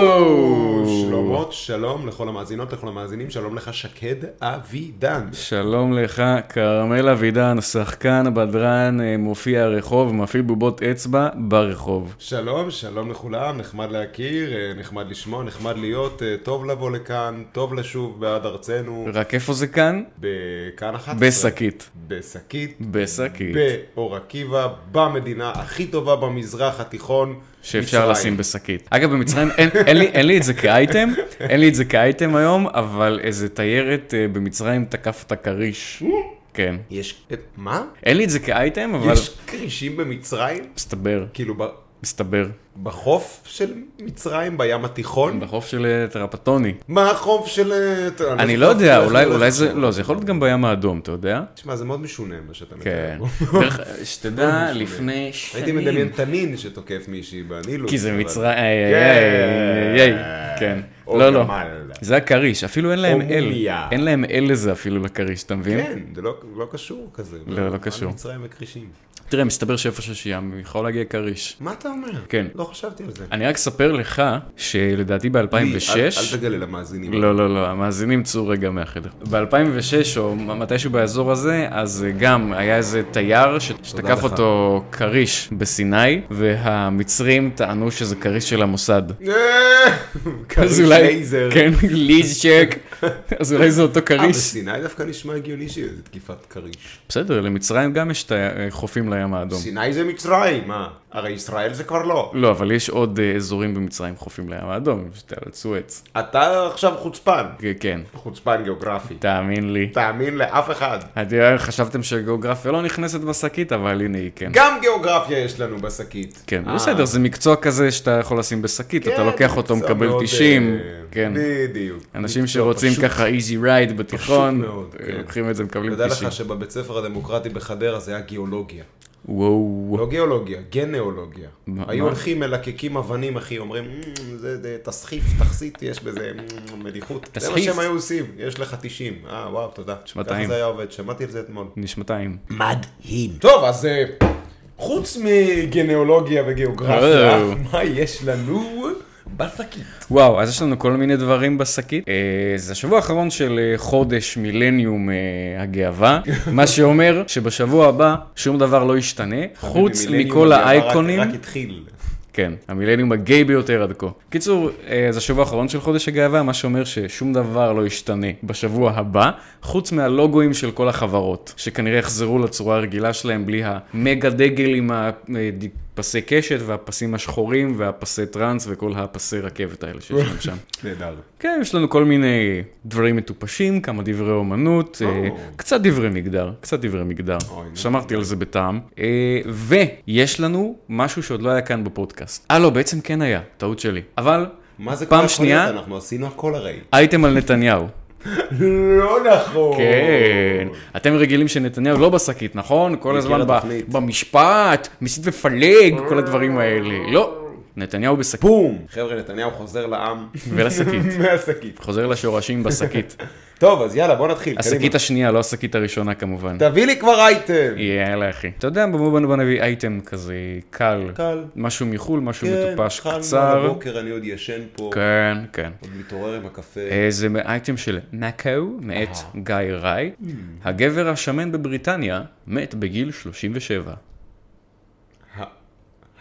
או, שלמה, שלום לכל המאזינות, לכל המאזינים, שלום לך שקד אבידן. שלום לך, כרמל אבידן, שחקן, בדרן, אה, מופיע הרחוב, מפעיל בובות אצבע ברחוב. שלום, שלום לכולם, נחמד להכיר, אה, נחמד לשמוע, נחמד להיות, אה, טוב לבוא לכאן, טוב לשוב בעד ארצנו, רק איפה זה כאן? בכאן 11. בשקית. בשקית. בשקית. באור עקיבא, במדינה הכי טובה במזרח התיכון. שאפשר מצרים. לשים בשקית. אגב, במצרים אין, אין, לי, אין לי את זה כאייטם, אין לי את זה כאייטם היום, אבל איזה תיירת אה, במצרים תקף את Mm. הכריש. כן. יש... אה, מה? אין לי את זה כאייטם, אבל יש כרישים במצרים? מסתבר, כאילו ב- מסתבר. בחוף של מצרים, בים התיכון? בחוף של אה, טרפטוני. מה החוף של... אה, ת- אני לא יודע, איך אולי, הולך אולי זה, שם. לא, זה יכול להיות גם בים האדום, אתה יודע? תשמע, זה מאוד משונה מה שאתה מתאר. כן. פה. דרך- שתדע, לפני שנים. לא הייתי מדמיין תנין שתוקף מישהי בנילוס. כי זה אבל- Oh מצרים, איי, איי, איי, איי, כן. או לא, לא. גמל. זה הכריש, אפילו אין להם או אל. מומיה. אין להם אל לזה אפילו לכריש, אתה מבין? כן, זה לא לא קשור כזה. לא, לא מה קשור. מצרים וכרישים. תראה, מסתבר שאיפה שיש ים, יכול להגיע כריש. מה אתה אומר? כן. לא חשבתי על זה. אני רק אספר לך, שלדעתי ב-2006... אל- אל תגלה למאזינים. לא, לא, לא, המאזינים צאו רגע מהחדר. ב-2006, או מתישהו באזור הזה, אז אה, גם היה איזה תייר ש- שתקף לך. אותו כריש בסיני, והמצרים טענו שזה כריש של המוסד. אז אה! כריש אולי- לייזר. כן, ליז צ'ק. אז אולי זה אותו אה, כריש. בסיני דווקא נשמע הגיוני שזה תקיפת כריש. בסדר, למצרים גם יש את החופים לים האדום. סיני זה מצרים, מה? הרי ישראל זה כבר לא. לא, אבל יש עוד אה, אזורים במצרים חופים לים האדום, יש את על סואץ. אתה עכשיו חוצפן. כן, כן, חוצפן גיאוגרפי. תאמין לי. תאמין לאף אחד. אתם יודעים, חשבתם שגיאוגרפיה לא נכנסת בשקית, אבל הנה היא כן. גם גיאוגרפיה יש לנו בשקית. כן, אה, בסדר, זה מקצוע כזה שאתה יכול לשים בשקית, אתה כן, לוקח אותו, מקצוע מקבל מאוד, 90, אה, כן. בדיוק. אנשים מקצוע שרוצים פשוט. ככה איזי רייד בתיכון, מאוד, אה, כן. לוקחים את זה, מקבלים תדע 90. לך שבבית ספר הדמוקרטי בחדרה זה היה גיאולוגיה. וואו, לא גיאולוגיה, גנאולוגיה. מה- היו מה? הולכים מלקקים אבנים, אחי, אומרים, "מ, זה זה תסחיף, תכסית, יש בזה מ, מדיחות. זה מה תסחיף. שהם היו עושים, יש לך 90. אה, וואו, תודה. שנתיים. ככה זה היה עובד, שמעתי על זה אתמול. נשמתיים. מדהים. טוב, אז אה, חוץ מגנאולוגיה וגיאוגרפיה, וואו. מה יש לנו בשקית? וואו, אז יש לנו כל מיני דברים בשקית. אה, זה השבוע האחרון של אה, חודש מילניום אה, הגאווה, מה שאומר שבשבוע הבא שום דבר לא ישתנה, חוץ וממילניום מכל הגאווה רק- האייקונים. רק התחיל. כן, המילניום הגיי ביותר עד כה. קיצור, אה, זה השבוע האחרון של חודש הגאווה, מה שאומר ששום דבר לא ישתנה בשבוע הבא, חוץ מהלוגוים של כל החברות, שכנראה יחזרו לצורה הרגילה שלהם בלי המגה דגל עם הפסי קשת והפסים השחורים והפסי טראנס וכל הפסי רכבת האלה שיש להם שם. נהדר. כן, יש לנו כל מיני דברים מטופשים, כמה דברי אומנות, אה, קצת דברי מגדר, קצת דברי מגדר. אוי, נו. שמרתי על זה בטעם. אה, ויש לנו משהו שעוד לא היה כאן בפודקאסט. אה, לא, בעצם כן היה, טעות שלי. אבל, מה זה כל פעם יכול להיות? שנייה, אנחנו עשינו הכל הרי. הייתם על נתניהו. לא נכון. כן. אתם רגילים שנתניהו לא בשקית, נכון? כל הזמן ב- התוכנית. במשפט, מסית ופלג, כל הדברים האלה. לא, נתניהו בשקית בום! חבר'ה, נתניהו חוזר לעם ולשקית. מהשקית. חוזר לשורשים בשקית. כן, טוב, אז יאללה, בוא נתחיל. השקית קדימה. השנייה, לא השקית הראשונה כמובן. תביא לי כבר אייטם. יאללה אחי. אתה יודע, במובן בוא נביא אייטם כזה קל. קל. משהו מחול, משהו כן, מטופש התחלנו קצר. בבוקר, אני עוד ישן פה. כן, כן. עוד מתעורר עם הקפה. אה, זה אייטם של נקו, מאת אה. גיא ריי. Mm. הגבר השמן בבריטניה מת בגיל 37. ה-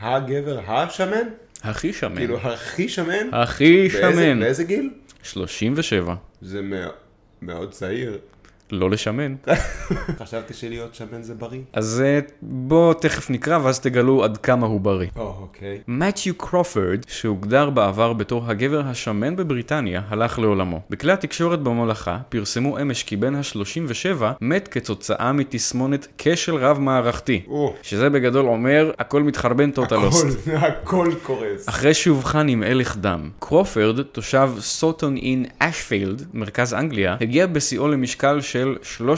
הגבר השמן? הכי שמן. כאילו, הכי שמן? כן. הכי באיזה- שמן. באיזה גיל? 37. זה מא- מאוד צעיר. לא לשמן. חשבתי שלהיות שמן זה בריא. אז אה, בואו תכף נקרא ואז תגלו עד כמה הוא בריא. או, אוקיי. מתיו קרופורד, שהוגדר בעבר בתור הגבר השמן בבריטניה, הלך לעולמו. בכלי התקשורת במולכה פרסמו אמש כי בן ה-37 מת כתוצאה מתסמונת כשל רב-מערכתי. או. שזה בגדול אומר, הכל מתחרבן טוטלוסט. הכל- הכל קורס. אחרי שאובחן עם הלך דם, קרופרד, תושב סוטון אין אשפילד, מרכז אנגליה, הגיע בשיאו למשקל של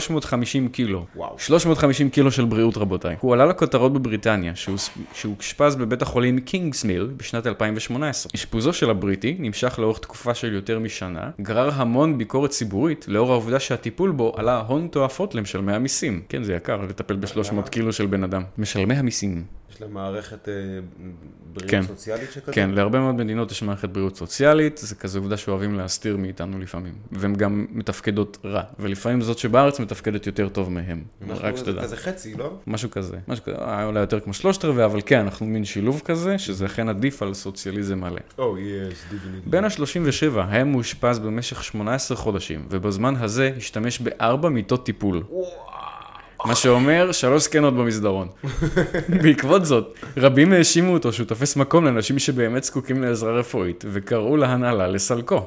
350 קילו. וואו. 350 קילו של בריאות רבותיי. הוא עלה לכותרות בבריטניה, שהוס- שהאושפז בבית החולים קינגסמיל בשנת 2018. אשפוזו של הבריטי נמשך לאורך תקופה של יותר משנה, גרר המון ביקורת ציבורית לאור העובדה שהטיפול בו עלה הון תועפות למשלמי המיסים. כן, זה יקר, לטפל ב-300 קילו של בן אדם. אה. משלמי המיסים. יש להם מערכת אה, בריאות כן. סוציאלית שכזאת? כן, להרבה מאוד מדינות יש מערכת בריאות סוציאלית, זה כזה עובדה שאוהבים להסתיר מאיתנו לפעמים, והן גם מתפקדות רע, ולפעמים זאת שבארץ מתפקדת יותר טוב מהם, אנחנו- רק שתדע. זה כזה חצי, לא? משהו כזה, משהו כזה, אה, אולי יותר כמו שלושת רבעי, אבל כן, אנחנו מין שילוב כזה, שזה אכן עדיף על סוציאליזם מלא. או, יס, דיביניד. בן ה-37 היה מאושפז במשך 18 חודשים, ובזמן הזה השתמש בארבע מיטות טיפול. מה שאומר שלוש זקנות במסדרון. בעקבות זאת, רבים האשימו אותו שהוא תופס מקום לאנשים שבאמת זקוקים לעזרה רפואית, וקראו להנהלה לסלקו.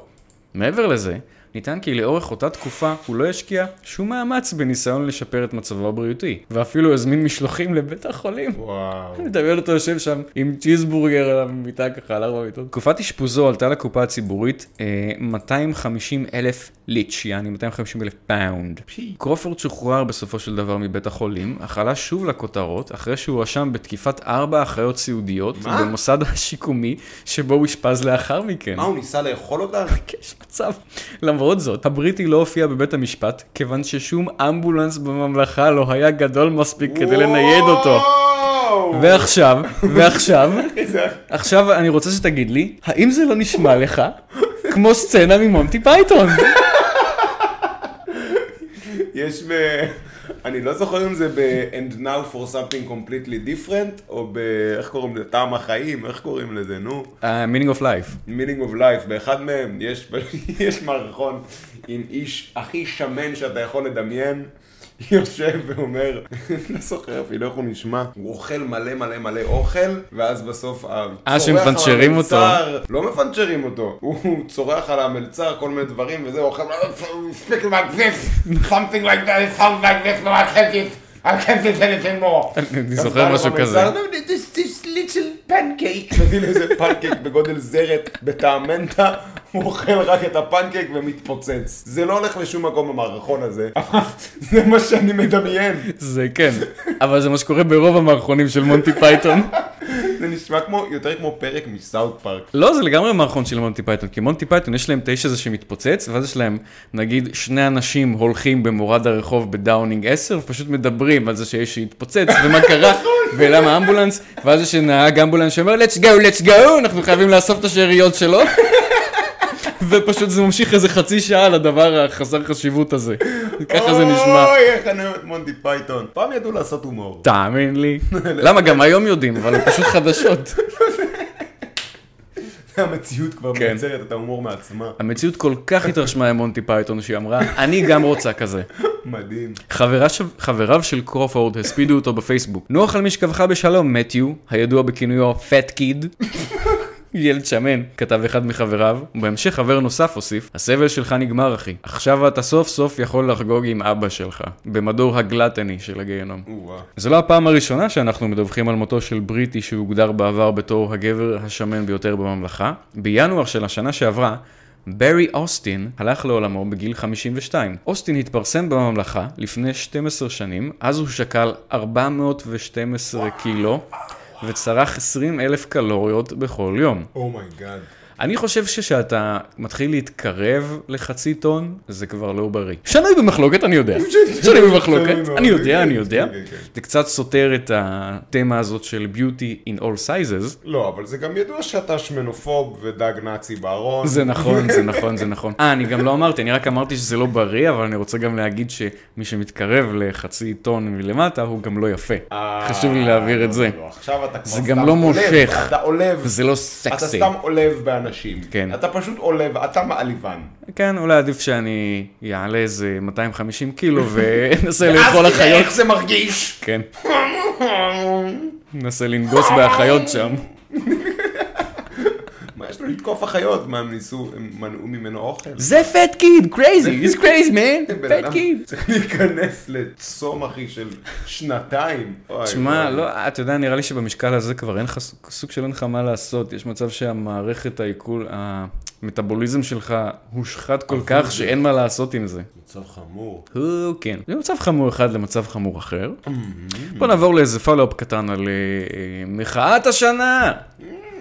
מעבר לזה, נטען כי לאורך אותה תקופה הוא לא השקיע שום מאמץ בניסיון לשפר את מצבו הבריאותי, ואפילו הזמין משלוחים לבית החולים. וואו. אני מדמיין אותו יושב שם עם צ'יזבורגר על המיטה ככה, על ארבע מיטות. תקופת אשפוזו עלתה לקופה הציבורית אה, 250 אלף ליץ', יעני 250 אלף פאונד. קרופורד שוחרר בסופו של דבר מבית החולים, אך עלה שוב לכותרות אחרי שהוא הואשם בתקיפת ארבע אחיות סיעודיות מה? במוסד השיקומי שבו הוא אושפז לאחר מכן. מה, הוא ניסה לאכול אותה? יש מצב. למרות זאת, הבריטי לא הופיע בבית המשפט, כיוון ששום אמבולנס בממלכה לא היה גדול מספיק כדי לנייד אותו. וואו! ועכשיו, ועכשיו, איזה- עכשיו אני רוצה שתגיד לי, האם זה לא נשמע לך כמו סצנה ממונטי פייתון? יש ב... אני לא זוכר אם זה ב- And now for something completely different, או ב... איך קוראים לזה? טעם החיים, איך קוראים לזה, נו? אה, meaning of life. meaning of life, באחד מהם יש, יש מערכון עם איש הכי שמן שאתה יכול לדמיין, יושב ואומר, לא זוכר אפילו איך הוא נשמע, הוא אוכל מלא מלא מלא אוכל, ואז בסוף ה... אה, צורח על שמפנצ'רים אותו. המלצר, לא מפנצ'רים אותו, הוא צורח על המלצר כל מיני דברים וזה, הוא אוכל, speak like this, something like that, sound like this, no, I can't eat, I can't eat anything more. אני זוכר משהו כזה. This, this little pancake. מביא לי איזה פנקייק בגודל זרת בטעם מנטה, הוא אוכל רק את הפנקייק ומתפוצץ. זה לא הולך לשום מקום במערכון הזה, אבל זה מה שאני מדמיין. זה כן, אבל זה מה שקורה ברוב המערכונים של מונטי פייתון. זה נשמע כמו, יותר כמו פרק מסאוט פארק. לא, זה לגמרי מערכון של מונטי פייתון, כי מונטי פייתון יש להם את האיש הזה שמתפוצץ, ואז יש להם, נגיד, שני אנשים הולכים במורד הרחוב בדאונינג 10, ופשוט מדברים על זה שיש שהתפוצץ, ומה קרה, ולמה האמבולנס, ואז יש נהג אמבולנס שאומר, let's go, let's go, אנחנו חייבים לאסוף את השאריות שלו. ופשוט זה ממשיך איזה חצי שעה על הדבר החסר חשיבות הזה. ככה זה נשמע. אוי, איך אני אוהב את מונטי פייתון. פעם ידעו לעשות הומור. תאמין לי. למה גם היום יודעים, אבל זה פשוט חדשות. המציאות כבר כן. מייצרת את ההומור מעצמה. המציאות כל כך התרשמה עם מונטי פייתון, שהיא אמרה, אני גם רוצה כזה. מדהים. חברה ש... חבריו של קרופורד הספידו אותו בפייסבוק. נוח על משכבך בשלום, מתיו, הידוע בכינויו פט קיד. ילד שמן, כתב אחד מחבריו, ובהמשך חבר נוסף הוסיף, הסבל שלך נגמר אחי, עכשיו אתה סוף סוף יכול לחגוג עם אבא שלך, במדור הגלטני של הגיהנום. או-אה. זו לא הפעם הראשונה שאנחנו מדווחים על מותו של בריטי שהוגדר בעבר בתור הגבר השמן ביותר בממלכה. בינואר של השנה שעברה, ברי אוסטין הלך לעולמו בגיל 52. אוסטין התפרסם בממלכה לפני 12 שנים, אז הוא שקל 412 קילו וצרך 20 אלף קלוריות בכל יום. אומייגאד. אני חושב שכשאתה מתחיל להתקרב לחצי טון, זה כבר לא בריא. שנוי במחלוקת, אני יודע. כן, שנוי במחלוקת, מאוד, אני יודע, כן, אני יודע. כן, כן, כן. זה קצת סותר את התמה הזאת של beauty in all sizes. לא, אבל זה גם ידוע שאתה שמנופוב ודג נאצי בארון. זה נכון, זה נכון, זה נכון. אה, אני גם לא אמרתי, אני רק אמרתי שזה לא בריא, אבל אני רוצה גם להגיד שמי שמתקרב לחצי טון מלמטה, הוא גם לא יפה. אה, חשוב לי להבהיר את זה. לא, עכשיו אתה כבר זה סתם גם לא עולב, מושך. אתה עולב. זה לא אתה סקסי. סתם עולב באנשים. כן. אתה פשוט עולב, אתה מעליבן. כן, אולי עדיף שאני אעלה איזה 250 קילו ואנסה לאכול אז תראה החיות. איך זה מרגיש. כן. מנסה לנגוס באחיות שם. מה יש לו לתקוף החיות? מה הם ניסו, הם מנעו ממנו אוכל? זה פט קיד, קרייזי, he's crazy man, בן פט אדם קיד. צריך להיכנס לצום אחי של שנתיים. אוי, תשמע, אוי. לא, אתה יודע, נראה לי שבמשקל הזה כבר אין לך, סוג של אין לך מה לעשות. יש מצב שהמערכת העיכול, המטאבוליזם שלך הושחת כל כך שאין מה לעשות עם זה. מצב חמור. הוא כן. זה מצב חמור אחד למצב חמור אחר. Mm-hmm. בוא נעבור לאיזה פולו-אפ קטן על אה, אה, מחאת השנה.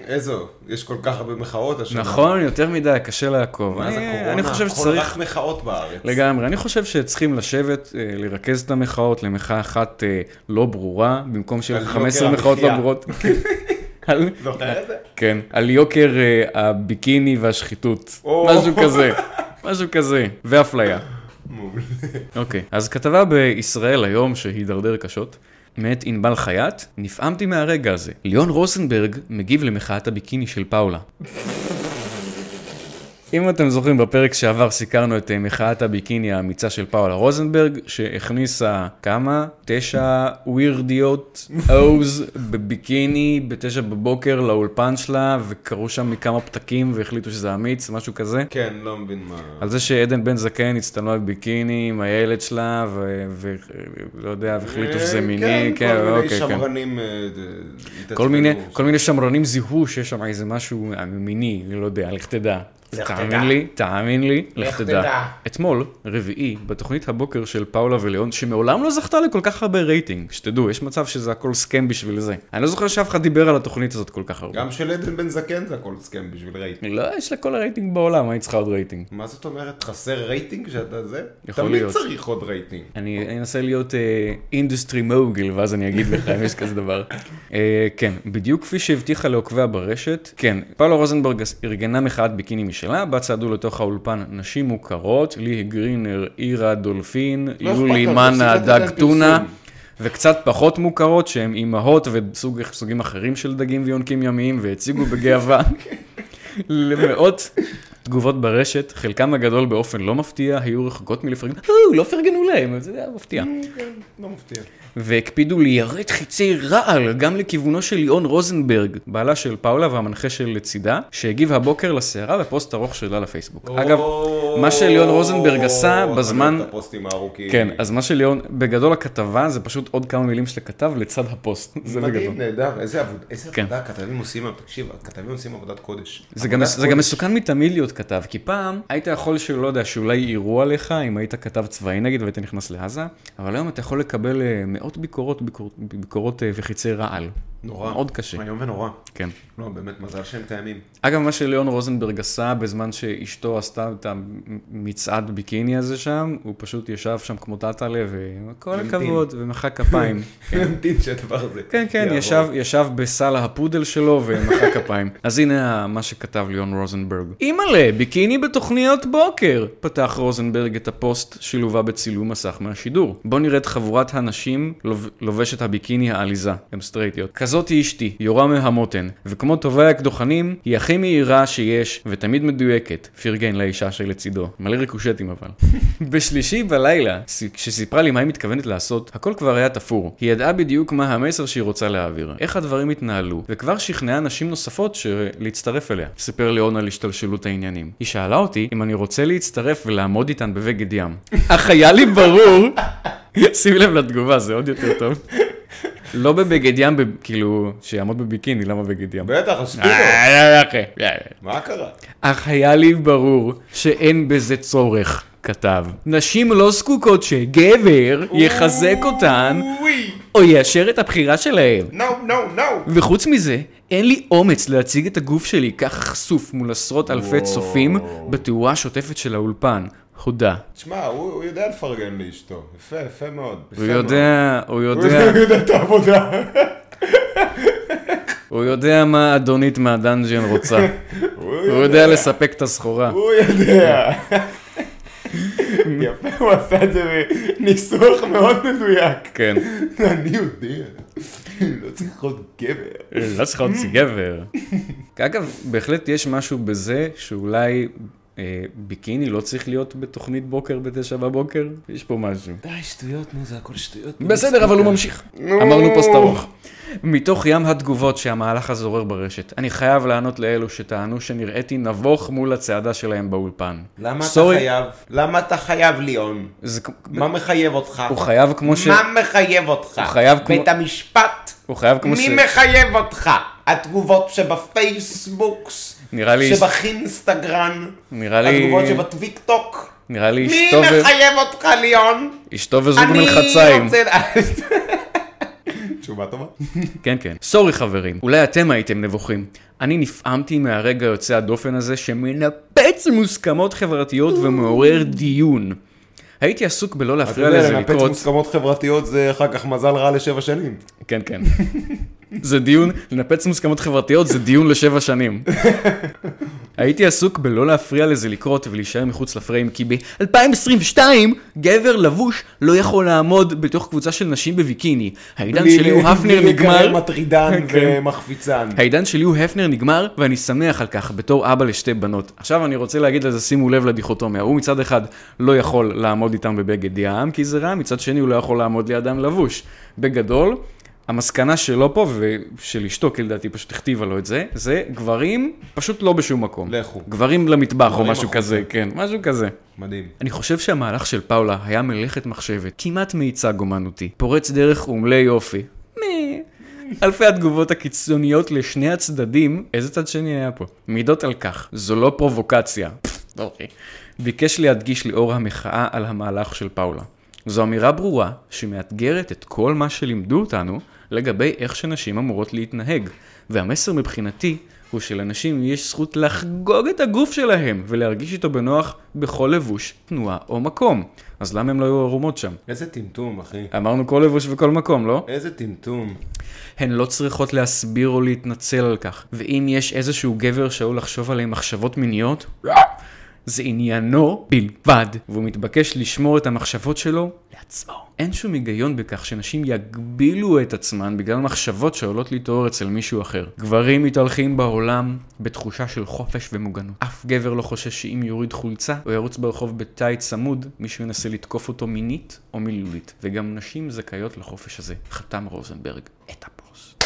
איזו, יש כל כך הרבה מחאות השנה. נכון, יותר מדי, קשה לעקוב. מאז אני- הקורונה, אני חושב הכל שצריך... רק מחאות בארץ. לגמרי. אני חושב שצריכים לשבת, אה, לרכז את המחאות למחאה אחת אה, לא ברורה, במקום שיהיו על יוקר 15 מחאות לא המחיה. ברורות. על- זוכר את זה? כן, על יוקר אה, הביקיני והשחיתות. או. משהו כזה, משהו כזה, ואפליה. מעולה. אוקיי, אז כתבה בישראל היום שהידרדר קשות. מאת ענבל חייט, נפעמתי מהרגע הזה. ליאון רוסנברג מגיב למחאת הביקיני של פאולה. אם אתם זוכרים, בפרק שעבר סיקרנו את אה, מחאת הביקיני האמיצה של פאולה רוזנברג, שהכניסה כמה? תשע ווירדיות אוז בביקיני בתשע בבוקר לאולפן שלה, וקרו שם מכמה פתקים והחליטו שזה אמיץ, משהו כזה. כן, לא מבין מה. על זה שעדן בן זקן הצטלמה בביקיני עם הילד שלה, ו- ו- ולא יודע, והחליטו שזה אה, מיני, כן, כל מיני אוקיי, כן. שמרנים אה, התעצבנו. כל מיני, כל מיני שמרנים זיהו שיש שם איזה משהו מיני, אני לא יודע, לך תדע. לך תדע. תאמין לי, תאמין לי, לך לך תדע. תדע. אתמול, רביעי, בתוכנית הבוקר של פאולה וליאון, שמעולם לא זכתה לכל כך הרבה רייטינג, שתדעו, יש מצב שזה הכל סכם בשביל זה. אני לא זוכר שאף אחד דיבר על התוכנית הזאת כל כך הרבה. גם של עדן בן זקן זה הכל סכם בשביל רייטינג. לא, יש לה כל הרייטינג בעולם, מה היא צריכה עוד רייטינג? מה זאת אומרת? חסר רייטינג שאתה זה? יכול להיות. תמיד צריך עוד רייטינג. אני אני אנסה להיות אינדוסטרי מוגל, ואז אני אגיד לך אם יש כזה דבר. אה, כן, בדיוק כפי שהבטיחה לעוקביה ברשת, כן, פאולו רוזנברג ארגנה מחאת ביקיני משלה, בה צעדו לתוך האולפן נשים מוכרות, ליהי גרינר, אירה דולפין, לא אכפת יולי לנו, מנה, תפסיק לתת דג להם טונה. פרסום. וקצת פחות מוכרות, שהן אימהות וסוגים אחרים של דגים ויונקים ימיים, והציגו בגאווה למאות תגובות ברשת, חלקם הגדול באופן לא מפתיע, היו רחוקות מלפרגן, או, לא פרגנו להם, זה היה מפתיע. כן, לא מפתיע. והקפידו ליירט חיצי רעל גם לכיוונו של ליאון רוזנברג, בעלה של פאולה והמנחה שלצידה, שהגיב הבוקר לסערה בפוסט ארוך שלה לפייסבוק. אגב, מה שליאון רוזנברג עשה או, בזמן... אני אוהב את הפוסטים הארוכים. כן, אז מה שליאון, בגדול הכתבה זה פשוט עוד כמה מילים של הכתב לצד הפוסט, זה בגדול. מדהים, נהדר, איזה עבודה, איזה כן. עבודה הכתבים עושים, תקשיב, הכתבים עושים עבודת קודש. זה גם, עבודת זה גם קודש. מסוכן מתמיד להיות כתב, כי פעם היית יכול שלא יודע, שאולי יירו עליך, אם היית כתב צבאי נגיד והיית נכנס לעזה, אבל היום אתה יכול לקבל אה, מאות ביקורות, ביקור, ביקורות אה, וחיצי רעל. נורא. מאוד קשה. איום ונורא. כן. לא, באמת, מזל שהם קיימים. אגב, מה שליאון רוזנברג עשה בזמן שאשתו עשתה את המצעד ביקיני הזה שם, הוא פשוט ישב שם כמו טאטאלה, וכל המתין. הכבוד, ומחא כפיים. נמתין שהדבר הזה כן, כן, יעבור. ישב, ישב בסל הפודל שלו ומחא כפיים. אז הנה ה- מה שכתב ליאון רוזנברג. אימא'לה, ביקיני בתוכניות בוקר! פתח רוזנברג את הפוסט שלווה בצילום מסך מהשידור. בוא נראה את חבורת הנשים לוב... לובשת הביקיני העליזה. הן סטרייטיות. כזאת היא אשתי, יורה מהמותן. וכמו טובי הקדוחנים, היא הכי מהירה שיש, ותמיד מדויקת. פרגן לאישה שלצידו. מלא ריקושטים אבל. בשלישי בלילה, ס- כשסיפרה לי מה היא מתכוונת לעשות, הכל כבר היה תפור. היא ידעה בדיוק מה המסר שהיא רוצה להעביר, איך הדברים התנהלו, וכבר שכנעה נשים נוספות ש... להצטרף אליה. סיפר ליאון על השתלשלות העניינים. היא שאלה אותי אם אני רוצה להצטרף ולעמוד איתן בבגד ים. אך היה לי ברור... שים לב לתגובה, זה עוד יותר טוב. לא בבגד ים, ב... כאילו, שיעמוד בביקיני, למה בגד ים? בטח, הספידו. אה, אחי. מה קרה? אך היה לי ברור שאין בזה צורך, כתב. נשים לא זקוקות שגבר יחזק אותן אוי, או יאשר את הבחירה שלהן. נו, נו, נו. וחוץ מזה, אין לי אומץ להציג את הגוף שלי כך חשוף מול עשרות אלפי וואו. צופים בתאורה השוטפת של האולפן. הודה. תשמע, הוא הוא יודע לפרגן לאשתו. יפה, יפה מאוד. יפה הוא יודע, הוא מאוד. יודע, הוא יודע את העבודה. הוא יודע מה אדונית מהדאנג'ן רוצה. הוא יודע לספק את הסחורה. הוא יודע. יפה, הוא עשה את זה בניסוח מאוד מדויק. כן. אני יודע. לא צריך עוד גבר. לא צריך עוד גבר. אגב, בהחלט יש משהו בזה שאולי אה, ביקיני לא צריך להיות בתוכנית בוקר בתשע בבוקר, יש פה משהו. די, שטויות, נו, זה הכל שטויות. בסדר, אבל הוא ממשיך. אמרנו פוסט ארוך. מתוך ים התגובות שהמהלך הזה עורר ברשת, אני חייב לענות לאלו שטענו שנראיתי נבוך מול הצעדה שלהם באולפן. למה אתה Sorry. חייב? למה אתה חייב, ליאון? זה כ- מה מחייב אותך? הוא חייב כמו ש... מה מחייב אותך? הוא חייב כמו- בית המשפט? הוא חייב כמו ש... מי מחייב אותך? התגובות שבפייסבוקס? נראה לי- שבאינסטגרם? נראה לי- התגובות שבטיקטוק? נראה לי מי אשתו ו- מחייב אותך, ליאון? אשתו וזוג מלחציים. תשובה טובה. כן, כן. סורי חברים, אולי אתם הייתם נבוכים, אני נפעמתי מהרגע היוצא הדופן הזה שמנפץ מוסכמות חברתיות ומעורר דיון. הייתי עסוק בלא אתה להפריע יודע, לזה לנפץ לקרות. מוסכמות חברתיות זה אחר כך מזל רע לשבע שנים. כן, כן. זה דיון, לנפץ מוסכמות חברתיות זה דיון לשבע שנים. הייתי עסוק בלא להפריע לזה לקרות ולהישאר מחוץ לפריים, כי ב-2022 גבר לבוש לא יכול לעמוד בתוך קבוצה של נשים בביקיני. העידן בלי- של ליאו בלי הפנר להיקרא נגמר, מטרידן כן. ומחפיצן. העידן של ליאו הפנר נגמר, ואני שמח על כך בתור אבא לשתי בנות. עכשיו אני רוצה להגיד לזה, שימו לב לדיכוטומיה. הוא מצד אחד לא יכול לעמוד איתם בבגד ים, כי זה רע, מצד שני הוא לא יכול לעמוד לידם לבוש. בגדול, המסקנה שלו פה, ושל אשתו, כי לדעתי פשוט הכתיבה לו את זה, זה גברים פשוט לא בשום מקום. לכו. גברים למטבח או גברים משהו החוצה. כזה, כן, משהו כזה. מדהים. אני חושב שהמהלך של פאולה היה מלאכת מחשבת, כמעט מיצג אומנותי, פורץ דרך ומלא יופי. מי. אלפי התגובות הקיצוניות לשני הצדדים, איזה צד שני היה פה? מעידות על כך, זו לא פרובוקציה. פפ, אוקיי. ביקש להדגיש לאור המחאה על המהלך של פאולה. זו אמירה ברורה שמאתגרת את כל מה שלימדו אותנו לגבי איך שנשים אמורות להתנהג, והמסר מבחינתי הוא שלנשים יש זכות לחגוג את הגוף שלהם ולהרגיש איתו בנוח בכל לבוש, תנועה או מקום. אז למה הם לא היו ערומות שם? איזה טמטום, אחי. אמרנו כל לבוש וכל מקום, לא? איזה טמטום. הן לא צריכות להסביר או להתנצל על כך. ואם יש איזשהו גבר שעלול לחשוב עליהם מחשבות מיניות, זה עניינו בלבד, והוא מתבקש לשמור את המחשבות שלו לעצמו. אין שום היגיון בכך שנשים יגבילו את עצמן בגלל מחשבות שעולות להתעורר אצל מישהו אחר. גברים מתהלכים בעולם בתחושה של חופש ומוגנות. אף גבר לא חושש שאם יוריד חולצה או ירוץ ברחוב בתאי צמוד, מישהו ינסה לתקוף אותו מינית או מילולית. וגם נשים זכאיות לחופש הזה. חתם רוזנברג, את הפוסט.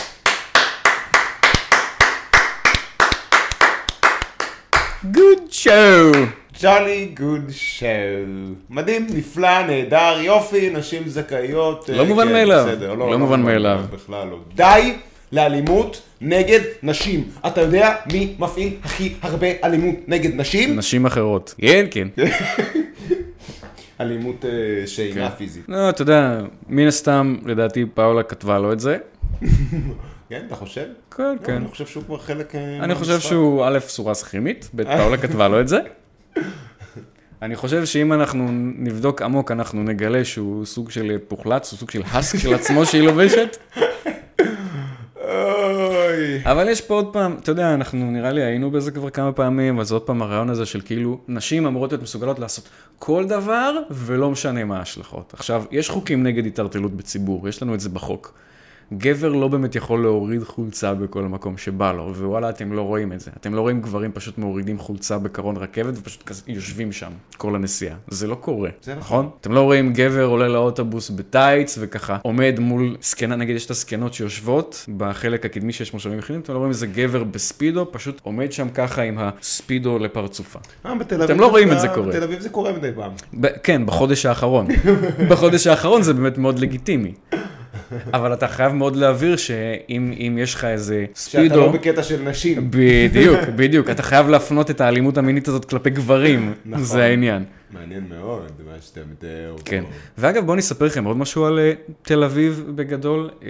Good show! ג'וני גוד של. מדהים, נפלא, נהדר, יופי, נשים זכאיות. לא אה, מובן כן, מאליו. בסדר, לא מובן מאליו. בכלל לא. די לאלימות נגד נשים. אתה יודע מי מפעיל הכי הרבה אלימות נגד נשים? נשים אחרות. כן, כן. אלימות אה, שאינה כן. פיזית. לא, אתה יודע, מן הסתם, לדעתי, פאולה כתבה לו את זה. כן, אתה חושב? כן, לא, כן. אני חושב שהוא כבר חלק... אה, אני מהמשחק. חושב שהוא, א', סורס כימית, ב', פאולה כתבה לו את זה. אני חושב שאם אנחנו נבדוק עמוק, אנחנו נגלה שהוא סוג של פוחלץ, הוא סוג של האסק של עצמו שהיא לובשת. אוי. אבל יש פה עוד פעם, אתה יודע, אנחנו נראה לי היינו בזה כבר כמה פעמים, אז עוד פעם הרעיון הזה של כאילו, נשים אמורות להיות מסוגלות לעשות כל דבר, ולא משנה מה ההשלכות. עכשיו, יש חוקים נגד התערטלות בציבור, יש לנו את זה בחוק. גבר לא באמת יכול להוריד חולצה בכל מקום שבא לו, ווואלה, אתם לא רואים את זה. אתם לא רואים גברים פשוט מורידים חולצה בקרון רכבת ופשוט כזה יושבים שם כל הנסיעה. זה לא קורה, זה נכון? אתם לא רואים גבר עולה לאוטובוס בטייץ וככה עומד מול זקנה, נגיד יש את הזקנות שיושבות בחלק הקדמי שיש מושבים יחידים, אתם לא רואים איזה גבר בספידו, פשוט עומד שם ככה עם הספידו לפרצופה. אה, בתל אביב אתם לא זה רואים את כבר- זה קורה. בתל אביב זה קורה מדי פעם. ב- כן, בחודש האחרון. בחודש האחרון זה באמת מאוד לגיטימי. אבל אתה חייב מאוד להבהיר שאם אם יש לך איזה שאתה לא ספידו... בקטע של נשים. בדיוק, בדיוק. אתה חייב להפנות את האלימות המינית הזאת כלפי גברים. נכון. זה העניין. מעניין מאוד מה שאתה מתאר. פה. כן. ואגב, בואו אני אספר לכם עוד משהו על אה, תל אביב בגדול. אה,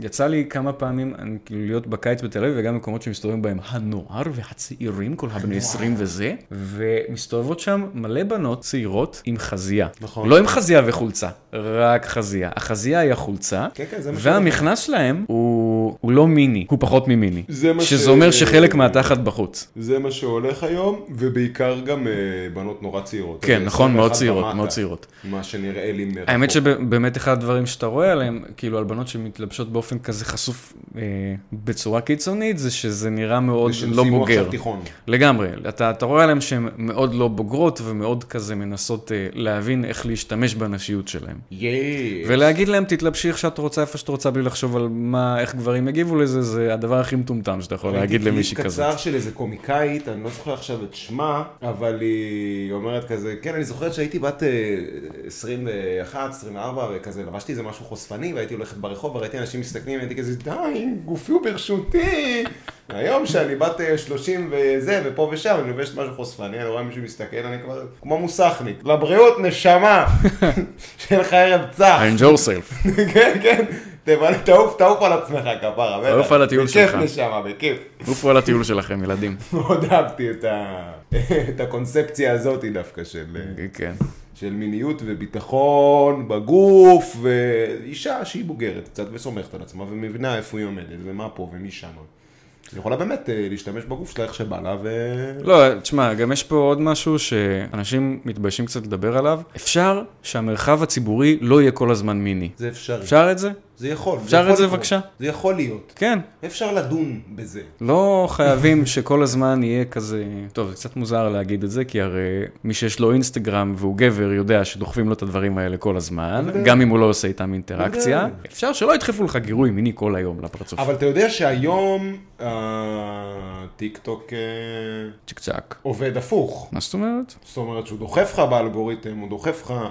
יצא לי כמה פעמים אני, כאילו להיות בקיץ בתל אביב, וגם במקומות שמסתובבים בהם הנוער והצעירים, כל הבני 20 וזה, ומסתובבות שם מלא בנות צעירות עם חזייה. נכון. לא עם חזייה וחולצה, רק חזייה. החזייה היא החולצה, כן, כן, זה מה ש- והמכנס שלהם הוא, הוא לא מיני, הוא פחות ממיני. זה מה ש- שזה אומר שחלק מהתחת בחוץ. זה מה שהולך היום, ובעיקר גם אה, בנות נורא צעירות. כן, אז נכון, 21 מאוד צעירות, ומטה, מאוד צעירות. מה שנראה לי מרחוק. האמת שבאמת אחד הדברים שאתה רואה עליהם, כאילו על בנות שמתלבשות באופן כזה חשוף אה, בצורה קיצונית, זה שזה נראה מאוד שהם לא סיימו בוגר. עכשיו תיכון. לגמרי. אתה, אתה רואה עליהם שהן מאוד לא בוגרות ומאוד כזה מנסות אה, להבין איך להשתמש בנשיות שלהם. יש. ולהגיד להם, תתלבשי איך שאת רוצה, איפה שאת רוצה, בלי לחשוב על מה, איך גברים יגיבו לזה, זה הדבר הכי מטומטם שאתה יכול להגיד ראיתי למישהי קליפ כזאת. קצר של איזה קומיקאית, אני לא זוכר עכשיו את שמה, אבל היא אומרת כזה, כן, אני זוכרת שהייתי בת אה, 21, 24, וכזה, לבשתי איזה משהו חושפני, והייתי הולכת ברחוב, וראיתי אנשים מסתכלים, הייתי כזה, די, גופי הוא ברשותי, היום שאני בת אה, 30 וזה, ופה ושם, אני לובשת משהו חושפני, אני רואה מישהו מסתכל, אני כבר כמו מוסכניק. לבריאות, נשמה! שיהיה לך ערב צח. enjoy yourself. כן, כן. תבלה- תעוף, תעוף על עצמך, כפרה. בטח. תעוף על הטיול שלך. בכיף נשמה, בכיף. עופו על הטיול שלכם, ילדים. מאוד אהבתי את ה- את הקונספציה הזאת דווקא של... אה, כן. של מיניות וביטחון בגוף, ואישה שהיא בוגרת קצת וסומכת על עצמה ומבינה איפה היא עומדת ומה פה ומי שם. היא יכולה באמת אה, להשתמש בגוף שלה איך שבא לה ו... לא, תשמע, גם יש פה עוד משהו שאנשים מתביישים קצת לדבר עליו. אפשר שהמרחב הציבורי לא יהיה כל הזמן מיני. זה אפשרי. אפשר את זה? זה יכול. אפשר יכול את זה לקרות. בבקשה? זה יכול להיות. כן. אפשר לדון בזה. לא חייבים שכל הזמן יהיה כזה... טוב, זה קצת מוזר להגיד את זה, כי הרי מי שיש לו אינסטגרם והוא גבר יודע שדוחפים לו את הדברים האלה כל הזמן, גם אם הוא לא עושה איתם אינטראקציה. אפשר שלא ידחפו לך גירוי מיני כל היום לפרצוף. אבל אתה יודע שהיום הטיק טוק אה, צ'יק צ'אק. עובד הפוך. מה זאת אומרת? זאת אומרת שהוא דוחף לך באלגוריתם, הוא דוחף לך אה,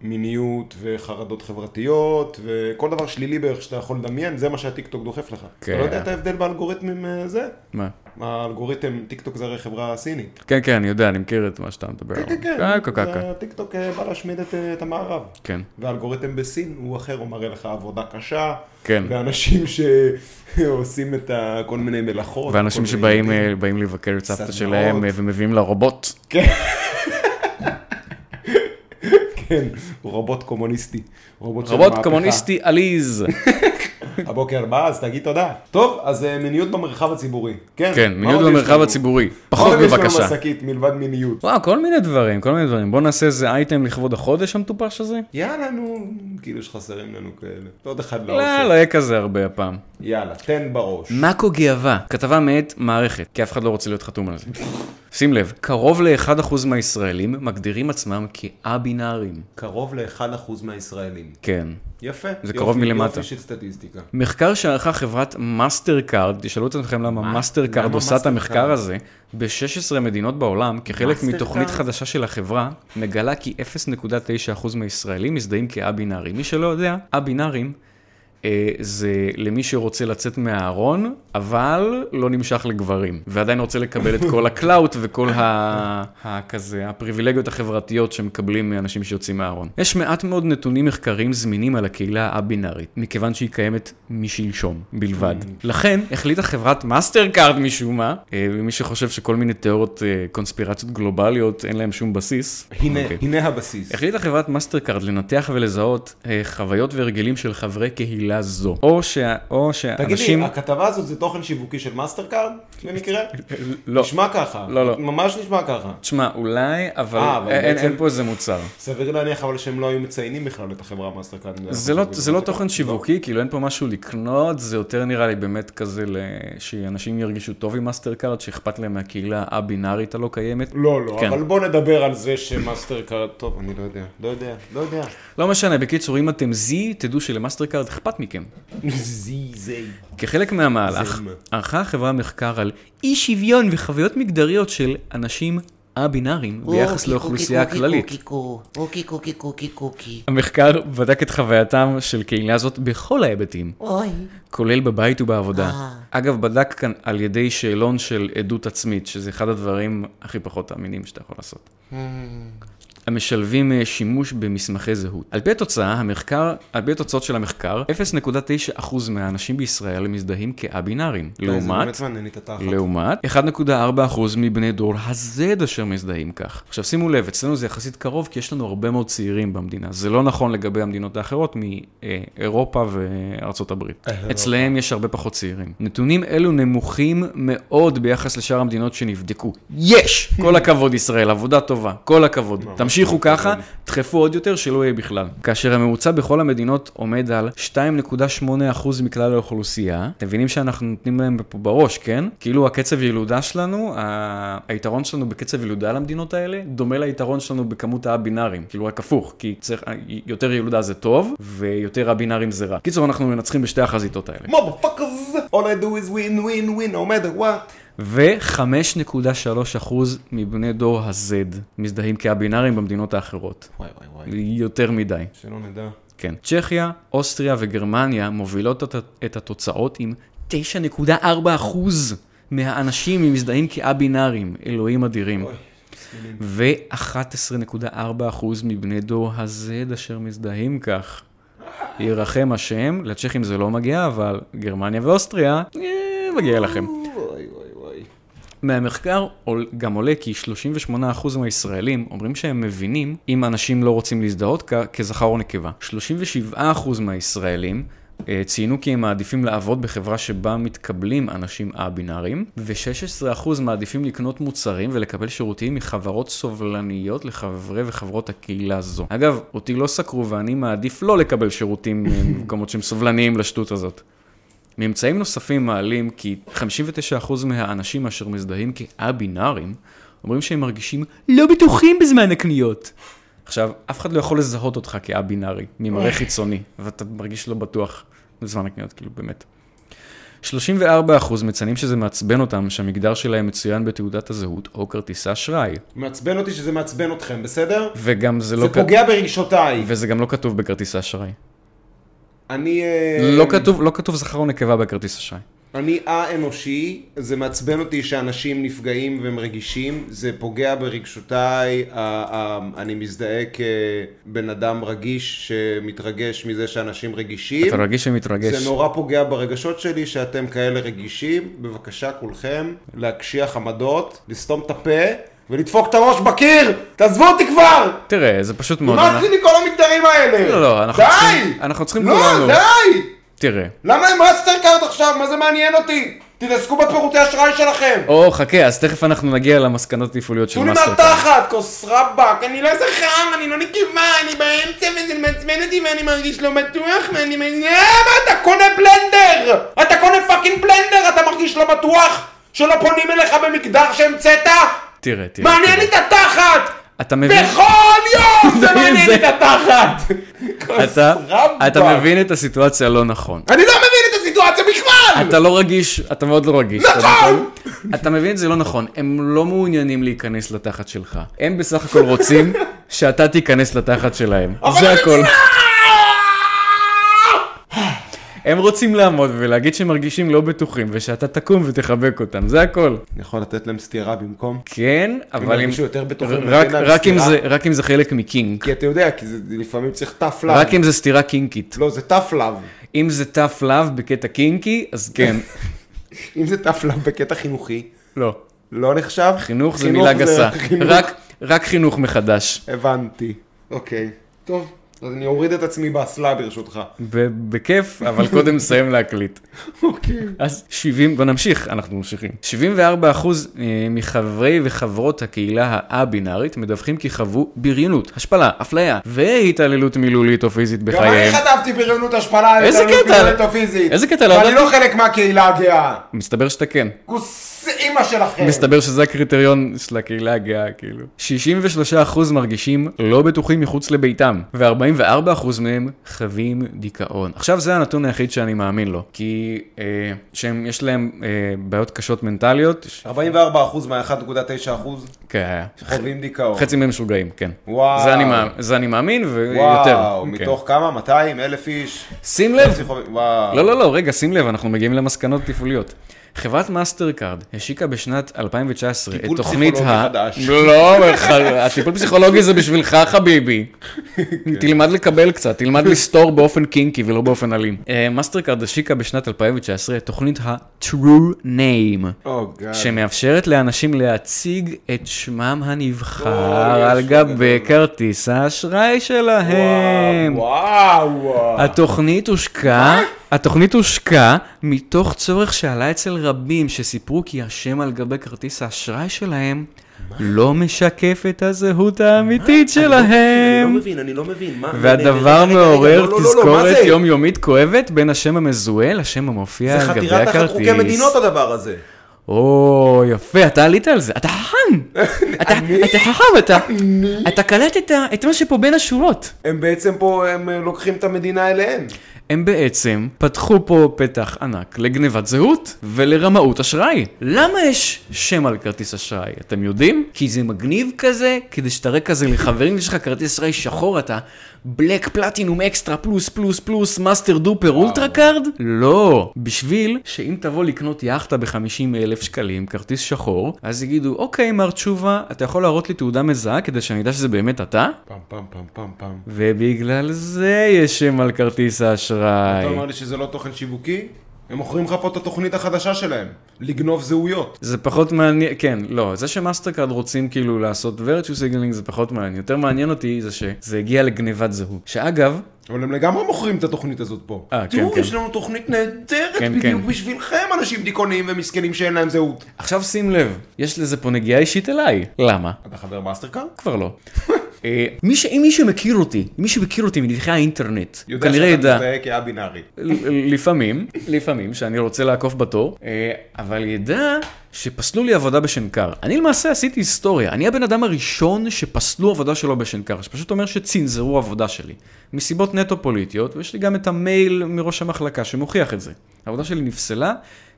מיניות וחרדות חברתיות וכל דבר שלילי בערך שאתה יכול לדמיין, זה מה שהטיקטוק דוחף לך. כן. אתה לא יודע את ההבדל באלגוריתמים אה, זה? מה? האלגוריתם, טיקטוק זה הרי חברה סינית. כן, כן, אני יודע, אני מכיר את מה שאתה מדבר עליו. כן, כן, כן, כן, כן. זה- טיקטוק אה, בא להשמיד את, אה, את המערב. כן. והאלגוריתם בסין הוא אחר, הוא מראה לך עבודה קשה. כן. ואנשים שעושים את ה- כל מיני מלאכות. ואנשים כל מיני- שבאים אה, באים לבקר את סבתא סדנאות. שלהם אה, ומביאים לה רובוט. כן, הוא רובוט קומוניסטי. רובוט של רובוט מהפכה. קומוניסטי עליז. הבוקר בא, אז תגיד תודה. טוב, אז אה, מיניות במרחב הציבורי. כן, כן, מה מיניות עוד יש במרחב לנו? הציבורי. פחות מה עוד יש לנו בבקשה. בשקית מלבד מיניות? וואו, כל מיני דברים, כל מיני דברים. בוא נעשה איזה אייטם לכבוד החודש המטופש הזה? יאללה, נו, כאילו שחסרים לנו כאלה. עוד אחד לא לא, עושה. לא יהיה כזה הרבה הפעם. יאללה, תן בראש. מאקו גאווה, כתבה מאת מערכת, כי אף אחד לא רוצה להיות חתום על זה. שים לב, קרוב ל-1% מהישראלים מגדירים עצמם כא-בינאריים. קרוב ל-1% מהישראלים. כן. יפה. זה יופי, קרוב מלמטה. יופי של סטטיסטיקה. מחקר שערכה חברת מאסטר קארד, תשאלו את עצמכם למה מאסטר קארד למה עושה את Mastercard? המחקר הזה, ב-16 מדינות בעולם, כחלק Mastercard? מתוכנית חדשה של החברה, מגלה כי 0.9% מהישראלים מזדהים כא-בינארים. מי שלא יודע, א-בינארים אה, זה למי שרוצה לצאת מהארון, אבל לא נמשך לגברים, ועדיין רוצה לקבל את כל הקלאוט וכל ה... ה... כזה, הפריבילגיות החברתיות שמקבלים מאנשים שיוצאים מהארון. יש מעט מאוד נתונים מחקריים זמינים על הקהילה הבינארית, מכיוון שהיא קיימת משלשום בלבד. לכן החליטה חברת מאסטר קארד משום מה, אה, למי שחושב שכל מיני תיאוריות אה, קונספירציות גלובליות אין להם שום בסיס. הנה, אוקיי. הנה הבסיס. החליטה חברת מאסטרקארד לנתח ולזהות אה, חוויות והרגלים של חברי קהילה זו. או, שה, או תגיד שאנשים... לי, הכתבה הזאת זה תוכן שיווקי של מאסטרקארד? במקרה? לא. נשמע ככה. לא, לא. ממש נשמע ככה. תשמע, אולי, אבל, אה, אבל אין, בעצם- אין פה איזה מוצר. סביר להניח אבל שהם לא היו מציינים בכלל את החברה מאסטרקארד. זה לא, זה לא תוכן שיווקי, כאילו אין פה משהו לקנות, זה יותר נראה לי באמת כזה ל... שאנשים ירגישו טוב עם מאסטרקארד, שאכפת להם מהקהילה הבינארית הלא קיימת. לא, לא, כן. אבל בוא נדבר על זה שמאסטרקארד, טוב, אני לא יודע, לא יודע, לא יודע. לא משנה, בקיצור, אם אתם זי, תדעו שלמאסטרקארד אכפת מכם. זי, זי. כחלק מהמהלך, זיהום. ערכה החברה מחקר על אי שוויון וחוויות מגדריות של אנשים א-בינאריים ביחס לאוכלוסייה הכללית. קוקי קוקי קוקי קוקי. המחקר בדק את חווייתם של קהילה זאת בכל ההיבטים, אוי. כולל בבית ובעבודה. אה. אגב, בדק כאן על ידי שאלון של עדות עצמית, שזה אחד הדברים הכי פחות אמינים שאתה יכול לעשות. Mm. המשלבים אה, שימוש במסמכי זהות. על פי התוצאה, המחקר, על פי התוצאות של המחקר, 0.9% מהאנשים בישראל מזדהים כא-בינאריים. זה לעומת באמת מעניין לי את התחת. לעומת 1.4% מבני דור ה-Z אשר מזדהים כך. עכשיו שימו לב, אצלנו זה יחסית קרוב, כי יש לנו הרבה מאוד צעירים במדינה. זה לא נכון לגבי המדינות האחרות מאירופה וארצות הברית. אצלהם יש הרבה פחות צעירים. נתונים אלו נמוכים מאוד ביחס לשאר המדינות שנבדקו. יש! כל הכבוד ישראל, עבודה טובה, כל הכבוד. תמשיכו ככה, דחפו עוד יותר, שלא יהיה בכלל. כאשר הממוצע בכל המדינות עומד על 2.8% מכלל האוכלוסייה, אתם מבינים שאנחנו נותנים להם פה בראש, כן? כאילו הקצב ילודה שלנו, ה... היתרון שלנו בקצב ילודה למדינות האלה, דומה ליתרון שלנו בכמות הבינארים, כאילו רק הפוך, כי צריך... אה, יותר ילודה זה טוב, ויותר הבינארים זה רע. קיצור, אנחנו מנצחים בשתי החזיתות האלה. מובפאקרס, all I do is win win win, no matter what. ו-5.3% מבני דור ה-Z מזדהים כהבינארים במדינות האחרות. וואי וואי וואי, יותר מדי. שלא נדע. כן. צ'כיה, אוסטריה וגרמניה מובילות את, את התוצאות עם 9.4% מהאנשים הם מזדהים כא-בינאריים, אלוהים אדירים. אוי, ו-11.4% מבני דור ה-Z אשר מזדהים כך. ירחם השם, לצ'כים זה לא מגיע, אבל גרמניה ואוסטריה, אה, מגיע לכם. אוי, אוי, אוי. מהמחקר עול- גם עולה כי 38% מהישראלים אומרים שהם מבינים אם אנשים לא רוצים להזדהות כ- כזכר או נקבה. 37% מהישראלים אה, ציינו כי הם מעדיפים לעבוד בחברה שבה מתקבלים אנשים א-בינאריים, ו-16% מעדיפים לקנות מוצרים ולקבל שירותים מחברות סובלניות לחברי וחברות הקהילה זו. אגב, אותי לא סקרו ואני מעדיף לא לקבל שירותים אה, במקומות שהם סובלניים לשטות הזאת. ממצאים נוספים מעלים כי 59% מהאנשים אשר מזדהים כא-בינאריים אומרים שהם מרגישים לא בטוחים בזמן הקניות. עכשיו, אף אחד לא יכול לזהות אותך כא-בינארי ממראה חיצוני, ואתה מרגיש לא בטוח בזמן הקניות, כאילו, באמת. 34% מציינים שזה מעצבן אותם שהמגדר שלהם מצוין בתעודת הזהות או כרטיס האשראי, מעצבן אותי שזה מעצבן אתכם, בסדר? וגם זה לא, זה פוגע ברגשותיי. וזה גם לא כתוב בכרטיס האשראי. אני... אה, לא כתוב, לא כתוב זכר או נקבה בכרטיס אשראי. אני א-אנושי, זה מעצבן אותי שאנשים נפגעים והם רגישים, זה פוגע ברגשותיי, ה- ה- אני מזדהה כבן אדם רגיש שמתרגש מזה שאנשים רגישים. אתה רגיש ומתרגש. אה, זה נורא פוגע ברגשות שלי שאתם כאלה רגישים, בבקשה כולכם להקשיח עמדות, לסתום את הפה ולדפוק את הראש בקיר! תעזבו אותי כבר! תראה, זה פשוט מאוד... נמאס לי מכל המגדרים האלה! לא, לא, אנחנו די! צריכים- אנחנו צריכים לא, כולנו. די! תראה. למה עם מאסטרקארד עכשיו? מה זה מעניין אותי? תתעסקו בפירוטי אשראי שלכם! או, חכה, אז תכף אנחנו נגיע למסקנות התפעוליות של תנו לי מאסטרקארד. מהתחת, כוס רבאק, אני לא זכר, אני לא נקבה, אני באמצע וזה מעצבן אותי ואני מרגיש לא בטוח ואני מרגיש... למה אתה קונה בלנדר? אתה קונה פאקינג בלנדר, אתה מרגיש לא בטוח? שלא פונים אליך במגדר שהמצאת? תראה, תראה. מעניין לי תראה. את התחת! אתה מבין? בכל יום זה זה- מעניין לי את התחת! כוס אתה- רבאק. אתה מבין את הסיטואציה לא נכון. אני לא מבין את הסיטואציה בכלל! אתה לא רגיש, אתה מאוד לא רגיש. אתה נכון! אתה מבין את זה לא נכון, הם לא מעוניינים להיכנס לתחת שלך. הם בסך הכל רוצים שאתה תיכנס לתחת שלהם. זה הכל. הם רוצים לעמוד ולהגיד שהם מרגישים לא בטוחים, ושאתה תקום ותחבק אותם, זה הכל. אני יכול לתת להם סטירה במקום? כן, אבל אם... ירגישו יותר בטוחים, רק- נותן להם רק אם סטירה. זה- רק אם זה חלק מקינק. כי אתה יודע, כי זה לפעמים צריך tough love. רק אם זה סתירה קינקית. לא, זה tough love. אם זה tough love בקטע קינקי, אז כן. אם זה tough love בקטע חינוכי, לא. לא נחשב? חינוך זה מילה גסה. חינוך- רק- רק חינוך מחדש. הבנתי. אוקיי. טוב, אז אני אוריד את עצמי באסלה ברשותך. ב- בכיף, אבל קודם נסיים להקליט. אוקיי. אז 70, בוא נמשיך, אנחנו ממשיכים. 74% אה, מחברי וחברות הקהילה הא-בינארית מדווחים כי חוו בריונות, השפלה, אפליה והתעללות מילולית או פיזית גם אני בחייהם. חטפתי בריונות השפלה, איזה התעללות קטע? מילולית או פיזית. איזה קטע? לא ואני ידעתי. לא חלק מהקהילה הגאה. מסתבר שאתה כן. כוס אימא שלכם. מסתבר שזה הקריטריון של הקהילה הגאה, כאילו. 63% מרגישים לא בטוחים מחוץ לביתם, ו-44% מהם חווים דיכאון. עכשיו זה הנתון היחיד שאני מאמין לו, כי אה, שהם, יש להם אה, בעיות קשות מנטליות, ש- 44% מה-1.9% כן, חווים דיכאון. חצי מהם משוגעים, כן. וואו. זה אני, מאמ- זה אני מאמין, ויותר. וואו, כן. מתוך כמה? 200? אלף איש? שים לב, פסיכו- וואו. לא, לא, לא, רגע, שים לב, אנחנו מגיעים למסקנות תפעוליות. חברת מאסטרקארד השיקה בשנת 2019 את טיפול תוכנית פסיכולוגי ה... חדש. לא, ח- הטיפול פסיכולוגי זה בשבילך, חביבי. כן. תלמד לקבל קצת, תלמד לסתור באופן קינקי ולא באופן אלים. אה, מאסטרקארד השיקה בשנת 2019 את תוכנית ה-True Name, או גאד. שמאפשרת לאנשים להציג את שמם הנבחר אוי, על יש גבי כרטיס האשראי שלהם. וואו, וואו. התוכנית הושקה, התוכנית הושקה מתוך צורך שעלה אצל רבים שסיפרו כי השם על גבי כרטיס האשראי שלהם לא משקף את הזהות האמיתית שלהם. מבין, אני לא מבין. מה- והדבר רגע, רגע, רגע, מעורר לא, לא, לא, מה תזכורת זה? יומיומית כואבת בין השם המזוהה לשם המופיע זה על גבי חתירה תחת חוקי הכרטיס. מדינות הדבר הזה. או, יפה, אתה עלית על זה, אתה חכם. אתה אתה חכם, אתה- אתה קלטת את מה שפה בין השורות. הם בעצם פה, הם אה, לוקחים את המדינה אליהם. הם בעצם פתחו פה פתח ענק לגנבת זהות ולרמאות אשראי. למה יש שם על כרטיס אשראי? אתם יודעים? כי זה מגניב כזה, כדי שתראה כזה לחברים שלך כרטיס אשראי שחור אתה, בלק פלטינום אקסטרה פלוס פלוס פלוס מאסטר דופר אולטרה קארד? לא. בשביל שאם תבוא לקנות יאכטה ב-50 אלף שקלים, כרטיס שחור, אז יגידו, אוקיי, מר תשובה, אתה יכול להראות לי תעודה מזהה כדי שאני אדע שזה באמת אתה? פעם, פעם, פעם, פעם, פעם. ובגלל זה יש שם על כרטיס האשראי. אתה אומר לי שזה לא תוכן שיווקי? הם מוכרים לך פה את התוכנית החדשה שלהם, לגנוב זהויות. זה פחות מעניין, כן, לא, זה שמאסטרקארד רוצים כאילו לעשות virtue signaling זה פחות מעניין. יותר מעניין אותי זה שזה הגיע לגניבת זהות. שאגב, אבל הם לגמרי מוכרים את התוכנית הזאת פה. אה, כן, תראו, כן. יש לנו תוכנית נהדרת כן, בדיוק כן. בשבילכם, אנשים דיכאוניים ומסכנים שאין להם זהות. עכשיו שים לב, יש לזה פה נגיעה אישית אליי. למה? אתה חבר מאסטרקארד? כבר לא. אה, מי ש... אם מישהו מכיר אותי, אם מישהו מכיר אותי מנבחי האינטרנט, הוא יודע כנראה שאתה ידע, מזדהה כא-בינארי. ל- לפעמים, לפעמים, שאני רוצה לעקוף בתור, אה, אבל ידע שפסלו לי עבודה בשנקר. אני למעשה עשיתי היסטוריה, אני הבן אדם הראשון שפסלו עבודה שלו בשנקר, שפשוט אומר שצנזרו עבודה שלי. מסיבות נטו פוליטיות, ויש לי גם את המייל מראש המחלקה שמוכיח את זה. העבודה שלי נפסלה,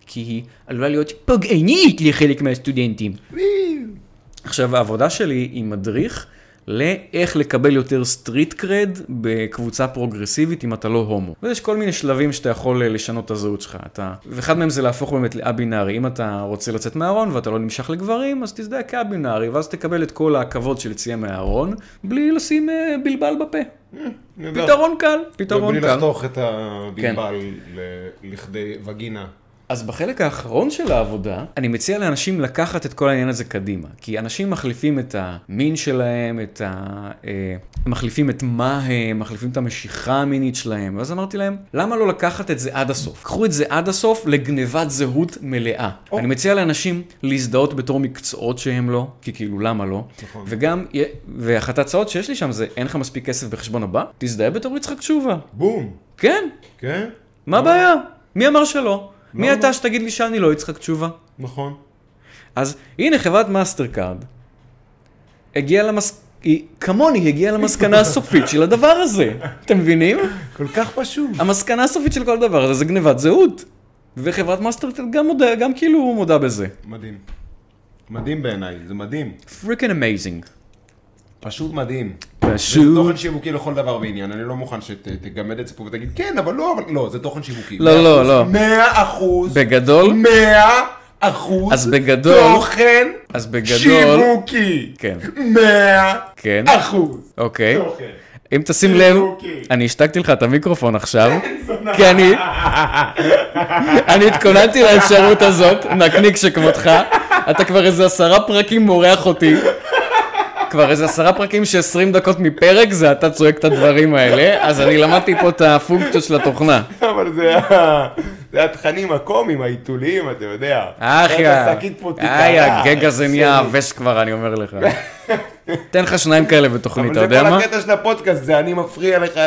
כי היא עלולה להיות פוגענית לחלק מהסטודנטים. עכשיו, העבודה שלי היא מדריך לאיך לקבל יותר סטריט קרד בקבוצה פרוגרסיבית אם אתה לא הומו. ויש כל מיני שלבים שאתה יכול אה, לשנות את הזהות שלך. אתה... ואחד מהם זה להפוך באמת לאבינארי. אם אתה רוצה לצאת מהארון ואתה לא נמשך לגברים, אז תזדהה כאבינארי, ואז תקבל את כל הכבוד של יציאה מהארון, בלי לשים אה, בלבל בפה. נהדר. פתרון קל, פתרון ובלי קל. לחתוך את הבלבל ל- לכדי וגינה. אז בחלק האחרון של העבודה, אני מציע לאנשים לקחת את כל העניין הזה קדימה. כי אנשים מחליפים את המין שלהם, את ה... אה, מחליפים את מה הם, מחליפים את המשיכה המינית שלהם. ואז אמרתי להם, למה לא לקחת את זה עד הסוף? קחו את זה עד הסוף לגנבת זהות מלאה. או. אני מציע לאנשים להזדהות בתור מקצועות שהם לא, כי כאילו, למה לא? נכון. וגם, יה- ואחת ההצעות שיש לי שם זה, אין לך מספיק כסף בחשבון הבא? תזדהה בתור יצחק תשובה. בום, כן, כן? מה הבעיה? מי אמר שלא? מי אתה שתגיד לי שאני לא יצחק תשובה? נכון. אז הנה חברת מאסטרקארד הגיעה למס... היא כמוני הגיעה למסקנה הסופית של הדבר הזה. אתם מבינים? כל כך פשוט. המסקנה הסופית של כל הדבר הזה זה גניבת זהות. וחברת מאסטרקארד גם מודה, גם כאילו מודה בזה. מדהים. מדהים בעיניי, זה מדהים. פריקן אמייזינג. פשוט מדהים. זה פשוט. תוכן שיווקי לכל דבר ועניין, אני לא מוכן שתגמד את זה פה ותגיד כן, אבל לא, אבל לא, זה תוכן שיווקי. לא, לא, לא. 100 אחוז, בגדול, 100 אחוז, אז בגדול- תוכן אז בגדול, שיווקי. כן. 100 כן, אחוז, אוקיי. תוכן. אם תשים לב, אוקיי. אני השתקתי לך את המיקרופון עכשיו, כי אני, אני התכוננתי לאפשרות הזאת, נקניק שכמותך, אתה כבר איזה עשרה פרקים מורח אותי, כבר איזה עשרה פרקים ש-20 דקות מפרק זה אתה צועק את הדברים האלה, אז אני למדתי פה את הפונקציות של התוכנה. אבל זה ה- זה התכנים הקומיים, האיתוליים, אתה יודע. אחי, רק השקית פה תיקרע. איי, הגג הזה נהיה בסדר. עבש כבר, אני אומר לך. תן לך שניים כאלה בתוכנית, אבל אתה זה יודע כל מה? הקטע של הפודקאסט, זה אני מפריע לך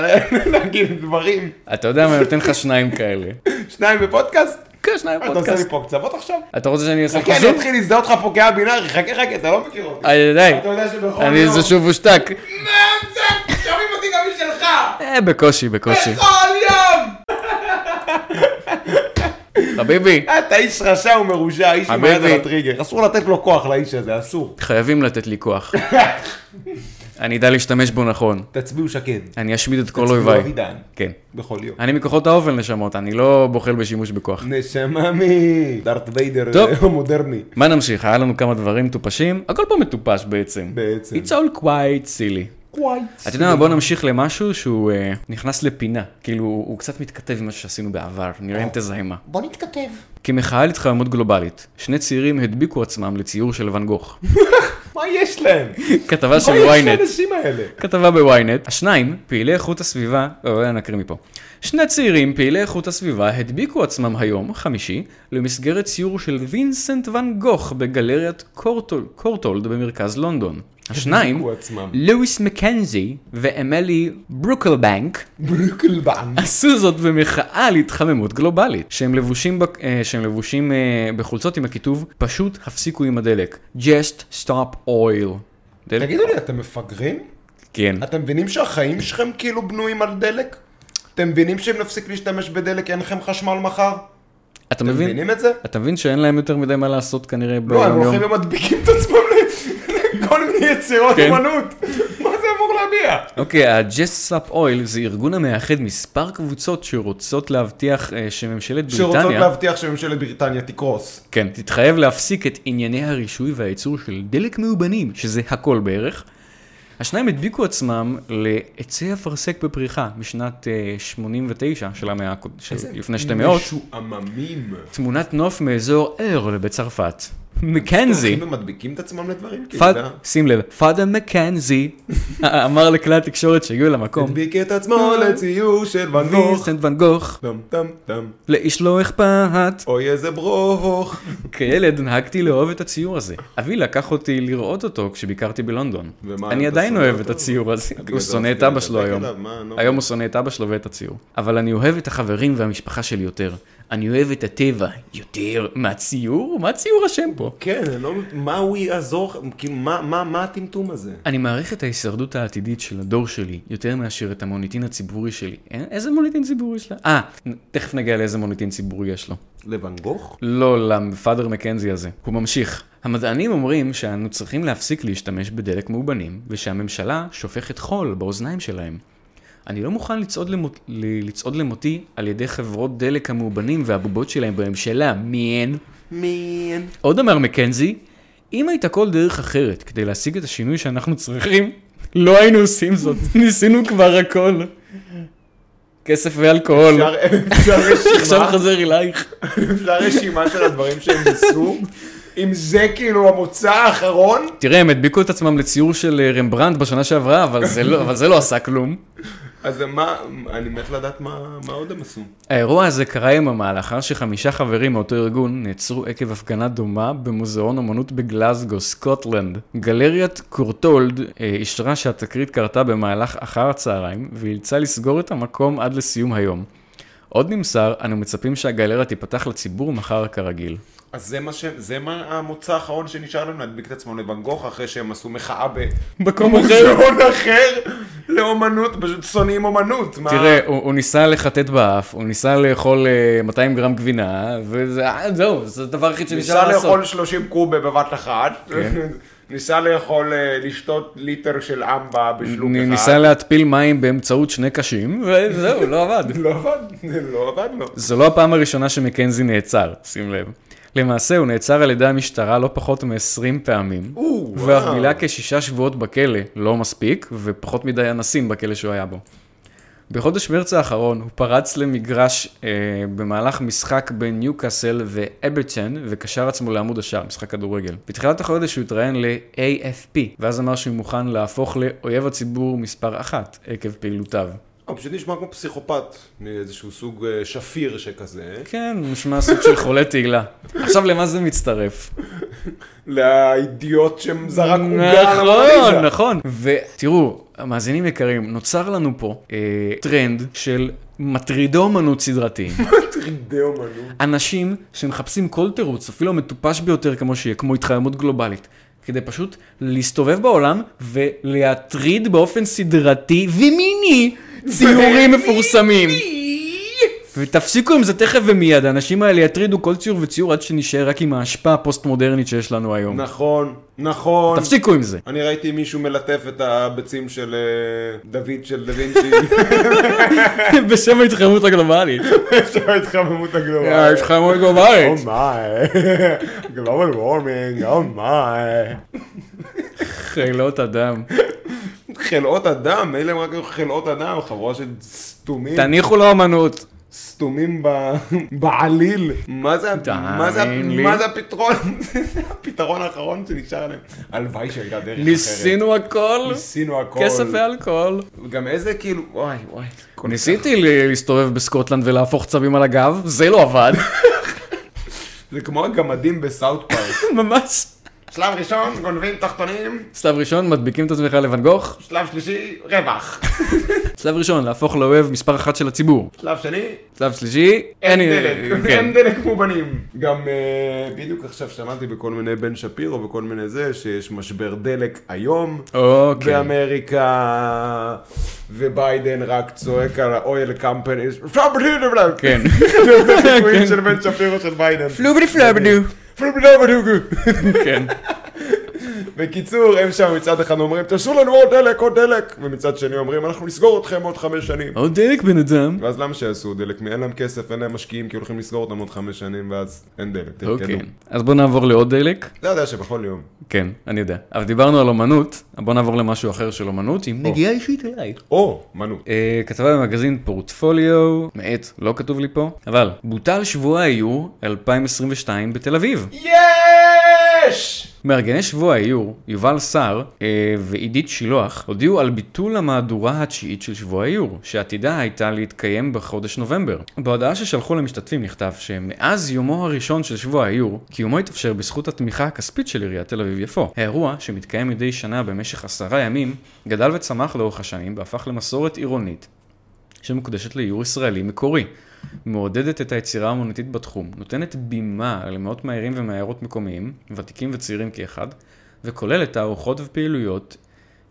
להגיד דברים. אתה יודע מה, אני נותן לך שניים כאלה. שניים בפודקאסט? כן, שניים אתה עושה לי פודקאסט. פה קצבות עכשיו? אתה רוצה שאני אעשה לך חכה, כן, אני זום? אתחיל להזדהות לך פה כהבינארי, חכה חכה, אתה לא מכיר אותי. אני די, אתה יודע שבכל יום... אני איזה שוב הושתק. מה זה? שומעים אותי גם משלך! אה, בקושי, בקושי. בכל יום! חביבי, אתה איש רשע ומרושע, איש עם היד חביבי. על הטריגר. אסור לתת לו כוח לאיש הזה, אסור. חייבים לתת לי כוח. אני אדע להשתמש בו נכון. תצביעו שקד. אני אשמיד את כל תצביעו אויביי. אבידן. כן. בכל יום. אני מכוחות האופן נשמות, אני לא בוחל בשימוש בכוח. נשמה מדארט ויידר אה, טוב. המודרני. מה נמשיך? היה לנו כמה דברים מטופשים, הכל פה מטופש בעצם. בעצם. It's all quite silly. אתה יודע מה, בוא נמשיך למשהו שהוא אה, נכנס לפינה. כאילו, הוא הוא קצת מתכתב עם מה שעשינו בעבר, נראה אם תזהה מה. בוא נתכתב. כמחאה להתחממות גלובלית, שני צעירים הדביקו עצמם לציור של ואן גוך. מה יש להם? כתבה של מה יש ynet. לאנשים האלה? כתבה בוויינט, השניים, פעילי איכות הסביבה, לא, נקריא מפה. שני צעירים, פעילי איכות הסביבה, הדביקו עצמם היום, חמישי, למסגרת ציור של וינסנט ואן גוך בגלריית קורטול, קורטולד במרכז לונדון. השניים, הדביקו עצמם. לואיס מקנזי ואמילי ברוקלבנק, ברוקלבן. עשו זאת במחאה על התחממות גלובלית, שהם לבושים, בק... אה, שהם לבושים אה, בחולצות עם הכיתוב, פשוט הפסיקו עם הדלק. Just stop oil. דלק? תגידו לי, אתם מפגרים? כן. אתם מבינים שהחיים שלכם כאילו בנויים על דלק? אתם מבינים שאם נפסיק להשתמש בדלק אין לכם חשמל מחר? אתה אתם מבין? לא, מבינים את זה? אתה מבין שאין להם יותר מדי מה לעשות כנראה לא, הם ביום יום? הולכים ומדביקים את עצמם ל- לכל מיני יצירות כן. אומנות. מה זה אמור להביע? אוקיי, ה-Just Stop Oil זה ארגון המאחד מספר קבוצות שרוצות להבטיח אה, שממשלת שרוצות בריטניה... להבטיח שממשלת בריטניה תקרוס. כן, תתחייב להפסיק את ענייני הרישוי והייצור של דלק מאובנים, שזה הכל בערך. השניים הדביקו עצמם לעצי אפרסק בפריחה משנת אה, 89 של המאה, הקוד- של לפני שתי מאות. משועממים. תמונת נוף מאזור ארל בצרפת. מקנזי, הולכים ומדביקים את עצמם לדברים? כאילו, פאד- אתה יודע? שים לב, פאדה מקנזי אמר לכלי התקשורת שהגיעו למקום, הדביק את עצמו לציור של ואן גוך. וינסנט ון גוך, טם טם טם. לאיש לא אכפת, אוי איזה ברוך. כילד נהגתי לאהוב את הציור הזה. אבי לקח אותי לראות אותו כשביקרתי בלונדון. ומה, אתה אני עדיין שונא אוהב אותו? כאילו, את הציור הזה. בגלל הוא זה שונא את רציתי אבא שלו להתאפק היום. אליו, מה, נו. היום הוא שונא את אבא שלו ואת הציור. אבל אני אוהב את החברים והמשפחה שלי יותר. אני אוהב את הטבע יותר מהציור? מה ציור השם פה? כן, אני לא... מה הוא יעזור? כאילו, מה- מה מה הטמטום הזה? אני מעריך את ההישרדות העתידית של הדור שלי יותר מאשר את המוניטין הציבורי שלי. אה, איזה מוניטין ציבורי יש לה? אה, נ- תכף נגיע לאיזה מוניטין ציבורי יש לו. לבן גוך? לא לפאדר מקנזי הזה. הוא ממשיך. המדענים אומרים שאנו צריכים להפסיק להשתמש בדלק מאובנים, ושהממשלה שופכת חול באוזניים שלהם. אני לא מוכן לצעוד, למות... ל- לצעוד למותי על ידי חברות דלק המאובנים והבובות שלהם בממשלה, מיין. מן. עוד אמר מקנזי, אם הייתה כל דרך אחרת כדי להשיג את השינוי שאנחנו צריכים, לא היינו עושים זאת. ניסינו כבר הכל. כסף ואלכוהול. אפשר עכשיו רשימה- חזר אלייך. אפשר רשימה של הדברים שהם ניסו? אם זה כאילו המוצא האחרון? תראה, הם הדביקו את עצמם לציור של אה, רמברנט בשנה שעברה, אבל זה לא, אבל זה לא עשה כלום. אז מה, אני מת לדעת מה מה עוד הם עשו. האירוע הזה קרה יממה לאחר שחמישה חברים מאותו ארגון נעצרו עקב הפגנה דומה במוזיאון אמנות בגלזגו, סקוטלנד. גלריית קורטולד אה, אישרה שהתקרית קרתה במהלך אחר הצהריים, ואילצה לסגור את המקום עד לסיום היום. עוד נמסר, אנו מצפים שהגלריה תיפתח לציבור מחר כרגיל. אז זה מה ש... זה מה המוצא האחרון שנשאר לנו להדביק את עצמם לבן גוך אחרי שהם עשו מחאה מקום במוזיאון אחר לאומנות, פשוט שונאים אומנות. מה- תראה, הוא, הוא ניסה לחטט באף, הוא ניסה לאכול אה, 200 גרם גבינה, וזהו, זה הדבר היחיד שנשאר ניסה לעשות. לאכול 30 קוב בבת אחת, כן. ניסה לאכול, אה, לשתות ליטר של אמבה בשלוק נ- אחד. ניסה להתפיל מים באמצעות שני קשים, וזהו, לא עבד. לא עבד, זה לא עבד לו. זו לא הפעם הראשונה שמקנזי נעצר, שים לב. למעשה, הוא נעצר על ידי המשטרה לא פחות מ-20 פעמים, או, ואף וואו. בילה כשישה שבועות בכלא, לא מספיק, ופחות מדי אנסים בכלא שהוא היה בו. בחודש מרץ האחרון הוא פרץ למגרש אה, במהלך משחק בין ניוקאסל ואברטון וקשר עצמו לעמוד השער, משחק כדורגל. בתחילת החודש הוא התראיין ל-AFP, ואז אמר שהוא מוכן להפוך לאויב הציבור מספר אחת עקב פעילותיו. הוא פשוט נשמע כמו פסיכופת, מאיזשהו סוג אה, שפיר שכזה. כן, הוא נשמע סוג של חולה תהילה. עכשיו למה זה מצטרף? לאידיוט שזרק עוגה על המונליזה. נכון, נכון. ותראו, מאזינים יקרים, נוצר לנו פה אה, טרנד של מטרידי אומנות סדרתיים. מטרידי אומנות. אנשים שמחפשים כל תירוץ, אפילו המטופש ביותר כמו שיהיה, כמו התחממות גלובלית, כדי פשוט להסתובב בעולם ולהטריד באופן סדרתי ומיני ציורים מפורסמים. ותפסיקו עם זה תכף ומיד, האנשים האלה יטרידו כל ציור וציור עד שנישאר רק עם ההשפעה הפוסט-מודרנית שיש לנו היום. נכון, נכון. תפסיקו עם זה. אני ראיתי מישהו מלטף את הביצים של אה, דוד של דה וינצ'י. בשם ההתחממות הגלובלית. של ההתחממות הגלובלית. ההתחממות Oh הגלובלית. מיי, גלובל וורמינג, אומיי. חילות אדם. חלאות אדם, אלה הם רק היו חלאות אדם, חבורה של סתומים, תניחו לאמנות. סתומים ב- בעליל. מה זה, תאמין מה זה, לי. מה זה הפתרון? זה הפתרון האחרון שנשאר להם. הלוואי שהייתה דרך אחרת. ניסינו הכל. ניסינו הכל. כסף ואלכוהול. גם איזה כאילו, וואי, וואי. כל ניסיתי ל- להסתובב בסקוטלנד ולהפוך צבים על הגב, זה לא עבד. כך. זה כמו הגמדים בסאוט פארק. ממש. שלב ראשון, גונבים תחתונים, שלב ראשון, מדביקים את עצמך לבן גוך. שלב שלישי, רווח. שלב ראשון, להפוך לאוהב מספר אחת של הציבור. שלב שני, שלב שלישי, אין אני- דלק, כן. אין דלק מובנים. גם אה, בדיוק עכשיו שמעתי בכל מיני בן שפירו וכל מיני זה, שיש משבר דלק היום אוקיי. באמריקה, וביידן רק צועק על ה-oil companies, "פלאבדו-דו-בלאב". כן. זה עושה חיקויים של בן שפירו של ביידן. פלובלי פלובלו. פלאבדו-דו-דו. כן. בקיצור, הם שם מצד אחד אומרים, תעשו לנו עוד דלק, עוד דלק, ומצד שני אומרים, אנחנו נסגור אתכם עוד חמש שנים. עוד דלק בן אדם. ואז למה שיעשו דלק? אין להם כסף, אין להם משקיעים, כי הולכים לסגור אותם עוד חמש שנים, ואז אין דלק, תרקדו. אוקיי. אז בוא נעבור לעוד דלק. אתה לא יודע שבכל יום. כן, אני יודע. אבל דיברנו על אומנות, אז בוא נעבור למשהו אחר של אומנות. עם נגיעה אישית אליי. או, מנו. אה, כתבה במגזין פורטפוליו, מעט, לא כתוב לי פה, אבל בוטל שבוע האיור 2022 בתל אביב. יש! מארגני שבוע האיור, יובל סער אה, ועידית שילוח, הודיעו על ביטול המהדורה התשיעית של שבוע האיור, שעתידה הייתה להתקיים בחודש נובמבר. בהודעה ששלחו למשתתפים נכתב שמאז יומו הראשון של שבוע האיור, קיומו התאפשר בזכות התמיכה הכספית של עיריית תל אביב-יפו. האירוע, שמתקיים מדי שנה במשך עשרה ימים, גדל וצמח לאורך השנים והפך למסורת עירונית שמוקדשת לאיור ישראלי מקורי. מעודדת את היצירה האמנותית בתחום, נותנת בימה למאות מאיירים ומאיירות מקומיים, ותיקים וצעירים כאחד, וכוללת תערוכות ופעילויות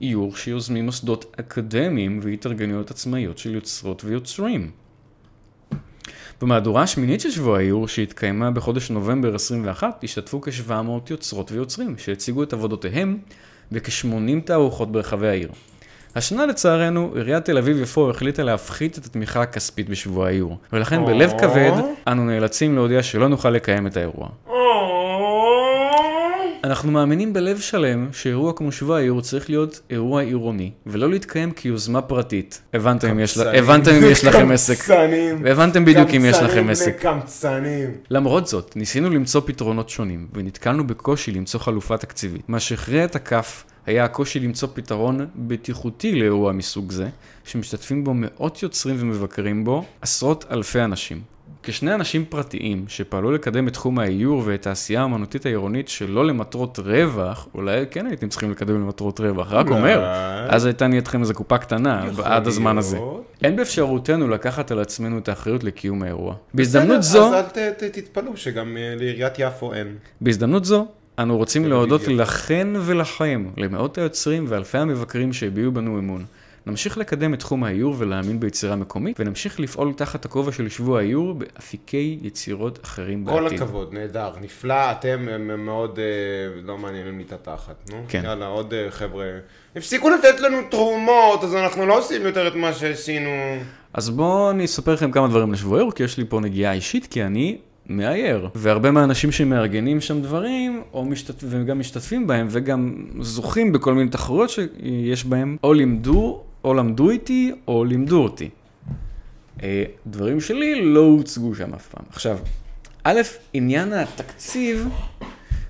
איור שיוזמים מוסדות אקדמיים והתארגנויות עצמאיות של יוצרות ויוצרים. במהדורה השמינית של שבוע האיור, שהתקיימה בחודש נובמבר 21, השתתפו כ-700 יוצרות ויוצרים, שהציגו את עבודותיהם בכ-80 תערוכות ברחבי העיר. השנה לצערנו, עיריית תל אביב-יפו החליטה להפחית את התמיכה הכספית בשבוע האיור, ולכן בלב או. כבד אנו נאלצים להודיע שלא נוכל לקיים את האירוע. אנחנו מאמינים בלב שלם שאירוע כמו שבוע האיור צריך להיות אירוע עירוני, ולא להתקיים כיוזמה פרטית. הבנתם אם יש לה- הבנתם אם יש לכם עסק. קמצנים. והבנתם בדיוק אם יש לכם עסק. קמצנים. למרות זאת, ניסינו למצוא פתרונות שונים, ונתקלנו בקושי למצוא חלופה תקציבית. מה שהכריע את הכף היה הקושי למצוא פתרון בטיחותי לאירוע מסוג זה, שמשתתפים בו מאות יוצרים ומבקרים בו עשרות אלפי אנשים. כשני אנשים פרטיים שפעלו לקדם את תחום האיור ואת העשייה האמנותית העירונית שלא למטרות רווח, אולי כן הייתם צריכים לקדם למטרות רווח, רק אה. אומר, אולי. אז הייתה נהיית לכם איזה קופה קטנה עד הזמן הזה. להיות. אין באפשרותנו לקחת על עצמנו את האחריות לקיום האירוע. בהזדמנות זו... אז אל ת- ת- תתפלאו שגם אה, לעיריית יפו אין. בהזדמנות זו, אנו רוצים להודות יפו. לכן ולכם, למאות היוצרים ואלפי המבקרים שהביעו בנו אמון. נמשיך לקדם את תחום האיור ולהאמין ביצירה מקומית, ונמשיך לפעול תחת הכובע של שבוע האיור באפיקי יצירות אחרים כל בעתיד. הכבוד, נהדר, נפלא, אתם הם- הם מאוד אה, לא מעניינים לי את התחת, נו. כן. יאללה, עוד אה, חבר'ה. הפסיקו לתת לנו תרומות, אז אנחנו לא עושים יותר את מה שעשינו. אז בואו אני אספר לכם כמה דברים לשבוע האיור, כי יש לי פה נגיעה אישית, כי אני מאייר. והרבה מהאנשים שמארגנים שם דברים, או משתת... וגם משתתפים בהם, וגם זוכים בכל מיני תחרויות שיש בהם, או לימדו, או למדו איתי, או לימדו אותי. אה, דברים שלי לא הוצגו שם אף פעם. עכשיו, א', עניין התקציב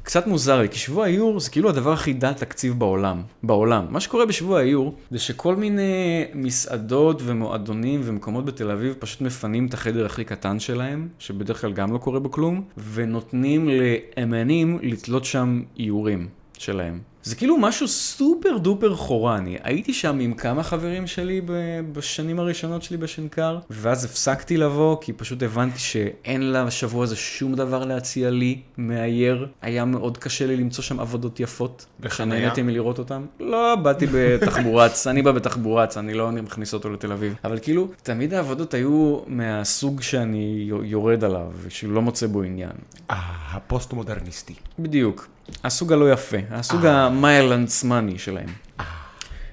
קצת מוזר לי, כי שבוע האיור זה כאילו הדבר הכי דל תקציב בעולם. בעולם. מה שקורה בשבוע האיור זה שכל מיני מסעדות ומועדונים ומקומות בתל אביב פשוט מפנים את החדר הכי קטן שלהם, שבדרך כלל גם לא קורה בו כלום, ונותנים לאמנים לתלות שם איורים שלהם. זה כאילו משהו סופר דופר חורני. הייתי שם עם כמה חברים שלי ב- בשנים הראשונות שלי בשנקר, ואז הפסקתי לבוא, כי פשוט הבנתי שאין לשבוע הזה שום דבר להציע לי מאייר. היה מאוד קשה לי למצוא שם עבודות יפות. בחנייה? שנהניתי מלראות אותן. לא, באתי בתחבורץ, אני בא בתחבורץ, אני לא מכניס אותו לתל אביב. אבל כאילו, תמיד העבודות היו מהסוג שאני יורד עליו, שלא מוצא בו עניין. אה, הפוסט-מודרניסטי. בדיוק. הסוג הלא יפה, הסוג המייל-אנצמני שלהם.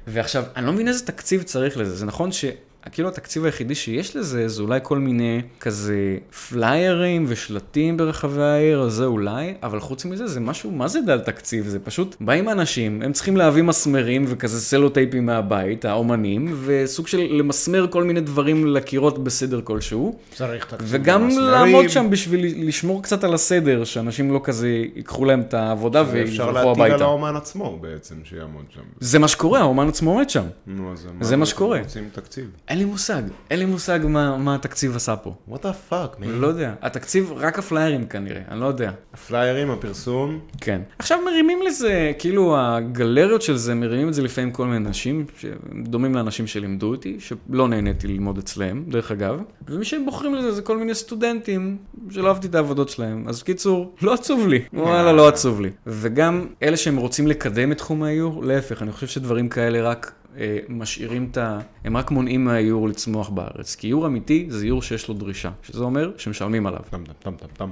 ועכשיו, אני לא מבין איזה תקציב צריך לזה. זה נכון ש... כאילו התקציב היחידי שיש לזה זה אולי כל מיני כזה פליירים ושלטים ברחבי העיר, אז זה אולי, אבל חוץ מזה זה משהו, מה זה דל תקציב? זה פשוט באים אנשים, הם צריכים להביא מסמרים וכזה סלוטייפים מהבית, האומנים, וסוג של למסמר כל מיני דברים לקירות בסדר כלשהו, צריך את התקציב. וגם למסמרים. לעמוד שם בשביל לשמור קצת על הסדר, שאנשים לא כזה ייקחו להם את העבודה אפשר וילכו להטיל על הביתה. האומן עצמו בעצם, שיעמוד שם. זה מה שקורה, האומן עצמו עומד שם. נו, אז זה מה שקורה. אתם רוצים תקציב. אין לי מושג, אין לי מושג מה, מה התקציב עשה פה. What the fuck, man. לא יודע. התקציב, רק הפליירים כנראה, אני לא יודע. הפליירים, הפרסום. כן. עכשיו מרימים לזה, כאילו הגלריות של זה, מרימים את זה לפעמים כל מיני אנשים, שדומים לאנשים שלימדו אותי, שלא נהניתי ללמוד אצלם, דרך אגב. ומי שהם בוחרים לזה זה כל מיני סטודנטים, שלא אהבתי את העבודות שלהם. אז קיצור, לא עצוב לי. וואלה, לא עצוב לי. וגם אלה שהם רוצים לקדם את תחום האיור, להפך, אני חושב שדברים כאלה רק אה, משאירים את ה... הם רק מונעים מהאיור לצמוח בארץ. כי איור אמיתי זה איור שיש לו דרישה, שזה אומר שמשלמים עליו. טם טם טם טם טם.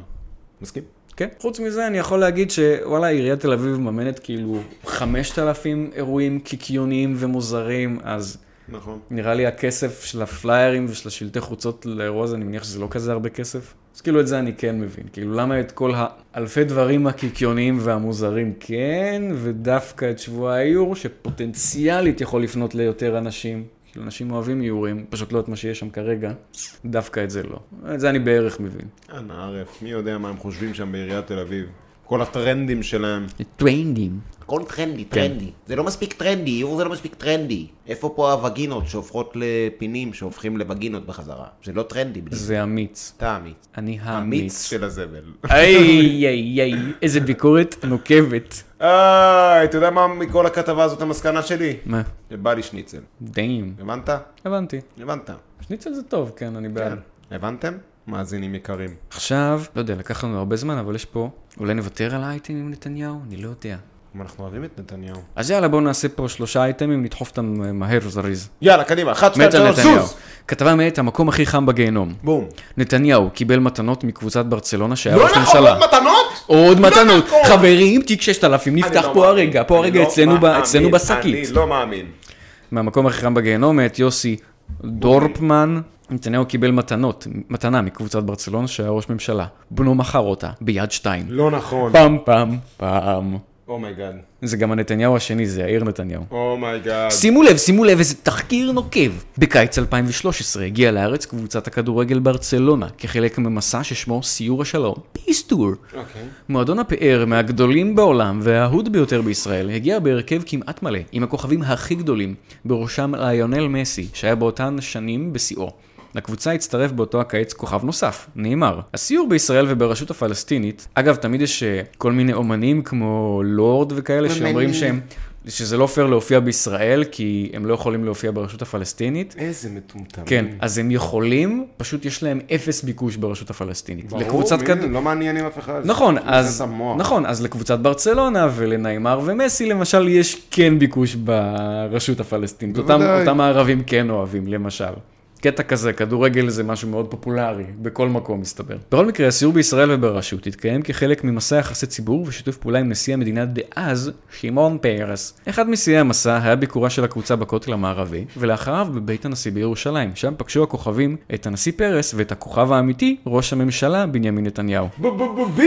מסכים? כן. חוץ מזה, אני יכול להגיד שוואלה, עיריית תל אביב מממנת כאילו 5,000 אירועים קיקיוניים ומוזרים, אז נכון. נראה לי הכסף של הפליירים ושל השלטי חוצות לאירוע הזה, אני מניח שזה לא כזה הרבה כסף. אז כאילו את זה אני כן מבין. כאילו, למה את כל האלפי דברים הקיקיוניים והמוזרים כן, ודווקא את שבוע האיור, שפוטנציאלית יכול לפנות ליותר אנשים. כאילו, אנשים אוהבים איורים, פשוט לא את מה שיש שם כרגע, דווקא את זה לא. את זה אני בערך מבין. אנא ערף, אה, מי יודע מה הם חושבים שם בעיריית תל אביב. כל הטרנדים שלהם. טרנדים. הכל טרנדי, טרנדי. כן. זה לא מספיק טרנדי, איור זה לא מספיק טרנדי. איפה פה הווגינות שהופכות לפינים שהופכים לווגינות בחזרה? זה לא טרנדי. בדיוק. זה אמיץ. אתה אמיץ. אני אמיץ האמיץ. של הזבל. איי, איי, איי, איזה ביקורת נוקבת. איי, אתה יודע מה מכל הכתבה הזאת המסקנה שלי? מה? שבא לי שניצל. דיים. הבנת? הבנתי. הבנת. שניצל זה טוב, כן, אני בעד. כן. הבנתם? מאזינים יקרים. עכשיו, לא יודע, לקח לנו הרבה זמן, אבל יש פה, אולי נוותר על האייטם עם נתניהו? אני לא יודע. אבל אנחנו אוהבים את נתניהו. אז יאללה, בואו נעשה פה שלושה אייטמים, נדחוף אותם אה, מהר, זריז. יאללה, קדימה, אחת, שתיים, מת על שלוש, נתניהו. לא זוז! כתבה מאת המקום הכי חם בגיהנום. בום. נתניהו קיבל מתנות מקבוצת ברצלונה שהיה לא ראש נכון, ממשלה. עוד מתנות? עוד לא מתנות. נכון. חברים, תיק 6000 נפתח אני לא פה מאמין. הרגע, פה אני הרגע לא אצלנו ב- מאמין. אצלנו בשקית. אני לא מאמין. מהמקום הכי חם בגיהנום, את יוסי דורפמן. נתניהו קיבל מתנות, מתנה מקבוצת ברצלונה שהיה ראש ממשלה. בנו מכר אותה, ביד שתיים. לא נכון. Oh פעם פעם פעם. אומייגאד. זה גם הנתניהו השני, זה יאיר נתניהו. Oh אומייגאד. שימו לב, שימו לב איזה תחקיר נוקב. בקיץ 2013 הגיעה לארץ קבוצת הכדורגל ברצלונה, כחלק ממסע ששמו סיור השלום, Peace Tour. אוקיי. מועדון הפאר מהגדולים בעולם והאהוד ביותר בישראל הגיע בהרכב כמעט מלא, עם הכוכבים הכי גדולים, בראשם ליונל מסי, שהיה באותן שנים בשיאו. לקבוצה הצטרף באותו הקיץ כוכב נוסף, נאמר. הסיור בישראל וברשות הפלסטינית, אגב, תמיד יש אה, כל מיני אומנים כמו לורד וכאלה שאומרים שהם, שזה לא פייר להופיע בישראל, כי הם לא יכולים להופיע ברשות הפלסטינית. איזה מטומטם. כן, אז הם יכולים, פשוט יש להם אפס ביקוש ברשות הפלסטינית. ברור, לקבוצת מי כד- זה? לא מעניינים אף אחד. נכון, זה מבחינת אז, המוח. נכון, אז לקבוצת ברצלונה ולניימר ומסי למשל יש כן ביקוש ברשות הפלסטינית, אותם, בוודאי. אותם הערבים כן אוהבים למשל. קטע כזה, כדורגל זה משהו מאוד פופולרי, בכל מקום מסתבר. בכל מקרה, הסיור בישראל וברשות התקיים כחלק ממסע יחסי ציבור ושיתוף פעולה עם נשיא המדינה דאז, שמעון פרס. אחד משיאי המסע היה ביקורה של הקבוצה בכותל המערבי, ולאחריו בבית הנשיא בירושלים, שם פגשו הכוכבים את הנשיא פרס ואת הכוכב האמיתי, ראש הממשלה בנימין נתניהו. ב- ב- ב-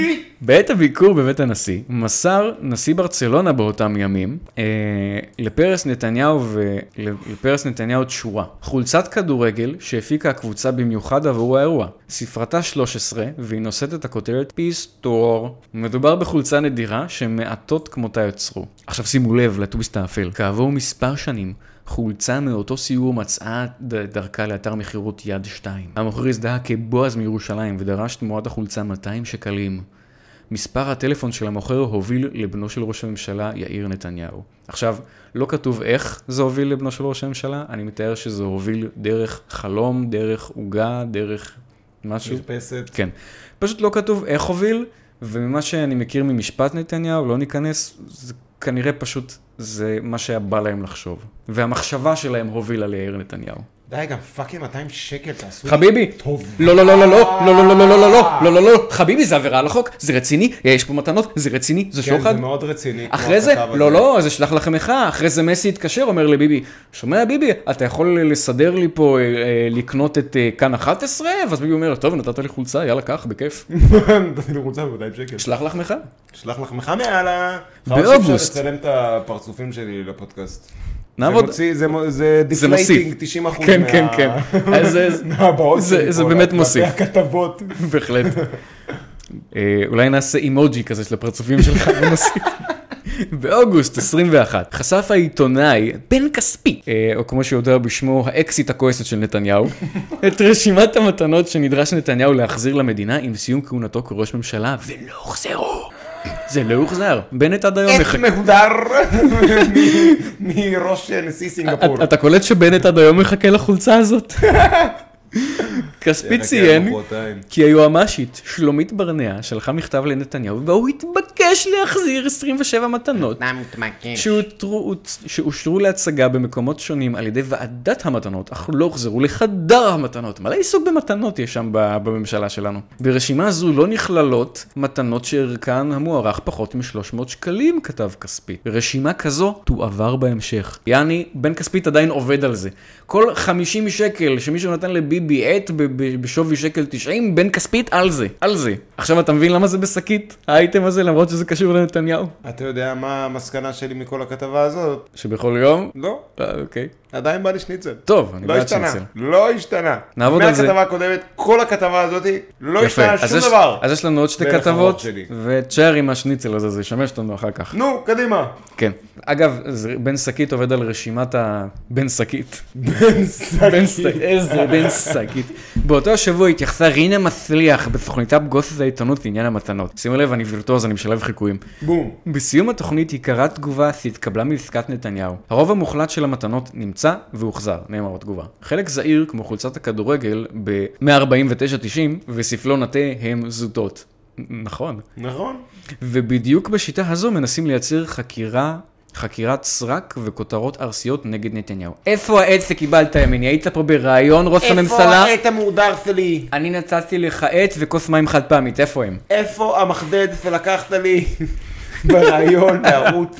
ביבי! בעת הביקור בבית הנשיא, מסר נשיא ברצלונה באותם ימים אה, לפרס נתניהו ולפרס נתניהו תשורה. חולצת כדורגל שהפיקה הקבוצה במיוחד עבור האירוע. ספרתה 13 והיא נושאת את הכותרת פיסטור. מדובר בחולצה נדירה שמעטות כמותה יוצרו. עכשיו שימו לב לטוויסט האפל. כעבור מספר שנים, חולצה מאותו סיור מצאה ד- דרכה לאתר מכירות יד 2. המוכר הזדהה כבועז מירושלים ודרש תמורת החולצה 200 שקלים. מספר הטלפון של המוכר הוביל לבנו של ראש הממשלה יאיר נתניהו. עכשיו, לא כתוב איך זה הוביל לבנו של ראש הממשלה, אני מתאר שזה הוביל דרך חלום, דרך עוגה, דרך משהו. מרפסת. כן. פשוט לא כתוב איך הוביל, וממה שאני מכיר ממשפט נתניהו, לא ניכנס, זה כנראה פשוט, זה מה שהיה בא להם לחשוב. והמחשבה שלהם הובילה ליאיר נתניהו. די, גם פאקינג 200 שקל, תעשו חביבי! לא, לא, לא, לא, לא, לא, לא, לא, לא, לא, לא, לא, לא, לא, לא, חביבי, זה עבירה על החוק, זה רציני, יש פה מתנות, זה רציני, זה כן, שוחד. זה מאוד רציני. כמו אחרי זה, הכתב הזה. לא, לא, אז אשלח לכם מחאה, אחרי זה מסי התקשר, אומר לביבי, שומע ביבי, אתה יכול לסדר לי פה, אה, אה, לקנות את אה, כאן 11? ואז ביבי אומר, טוב, נתת לי חולצה, יאללה, קח, בכיף. נתתי לי חולצה ב-200 שקל. שלח לך מחאה. שלח לך מחמאה על ה... חבל באוגוסט. שאפשר לצלם את הפרצופים שלי לפודקאסט. נעבוד- זה מוציא, זה מו- זה זה מוסיף. דיפלייטינג 90 אחוז כן, כן, כן. אז זה- מהבעות זה- שלי זה פה, באמת כלפי מוסיף. הכתבות. בהחלט. אה, אולי נעשה אימוג'י כזה של הפרצופים שלך ונוסיף. באוגוסט 21 חשף העיתונאי בן כספי, אה, או כמו שיודע בשמו האקסיט הכועסת של נתניהו, את רשימת המתנות שנדרש נתניהו להחזיר למדינה עם סיום כהונתו כראש ממשלה, ולא הוחזרו. זה לא הוחזר. בנט עד היום עט מחכה. מהודר מ- אה, מראש נשיא סינגפור. אתה קולט שבנט עד היום מחכה לחולצה הזאת? כספי יחכה ציין למחרתיים. כי היועמ"שית שלומית ברנע שלחה מכתב לנתניהו והוא התבקש להחזיר 27 מתנות שהותרו- שאושרו להצגה במקומות שונים על ידי ועדת המתנות, אך לא הוחזרו לחדר המתנות. מלא עיסוק במתנות יש שם ב- בממשלה שלנו. ברשימה זו לא נכללות מתנות שערכן המוערך פחות מ-300 שקלים, כתב כספית. רשימה כזו תועבר בהמשך. יעני, בן כספית עדיין עובד על זה. כל 50 שקל שמישהו נתן לביבי עט ב- ב- בשווי שקל 90, בן כספית על זה, על זה. עכשיו אתה מבין למה זה בשקית, האייטם הזה, למרות שזה קשור לנתניהו? אתה יודע מה המסקנה שלי מכל הכתבה הזאת? שבכל יום... לא, אה, אוקיי. עדיין בא לי שניצל. טוב, אני לא בעד השתנה, שניצל. לא השתנה. נעבוד על זה. מהכתבה הקודמת, כל הכתבה הזאת, לא יפה, השתנה אז שום יש- דבר. אז יש לנו עוד שתי בין כתבות, החברות שלי. ותשאר עם השניצל הזה, זה ישמש אותנו אחר כך. נו, קדימה. כן. אגב, זה- בן שקית עובד על רשימת ה... בן שקית. בן בן סקי. שקית, איזה בן שקית. באותו השבוע התייחסה רינה מצליח בתוכניתה בגוסס העיתונות לעניין המתנות. שימו לב, אני וירטואוז, אני משלב חיקויים. בום. בסיום התוכנית עיקרה תגובה שהתקבלה מעסקת נתניהו. הרוב המוחלט של המתנות נמצא והוחזר, נאמר בתגובה. חלק זעיר, כמו חולצת הכדורגל ב-149.90 וספלון התה הם זוטות. נ- נכון. נכון. ובדיוק בשיטה הזו מנסים לייצר חקירה, חקירת סרק וכותרות ארסיות נגד נתניהו. איפה העץ שקיבלת ימיני? היית פה בריאיון ראש הממשלה? העט המהודר שלי? אני נתתי לך עץ וכוס מים חד פעמית, איפה הם? איפה המחדד שלקחת לי? ברעיון בערוץ.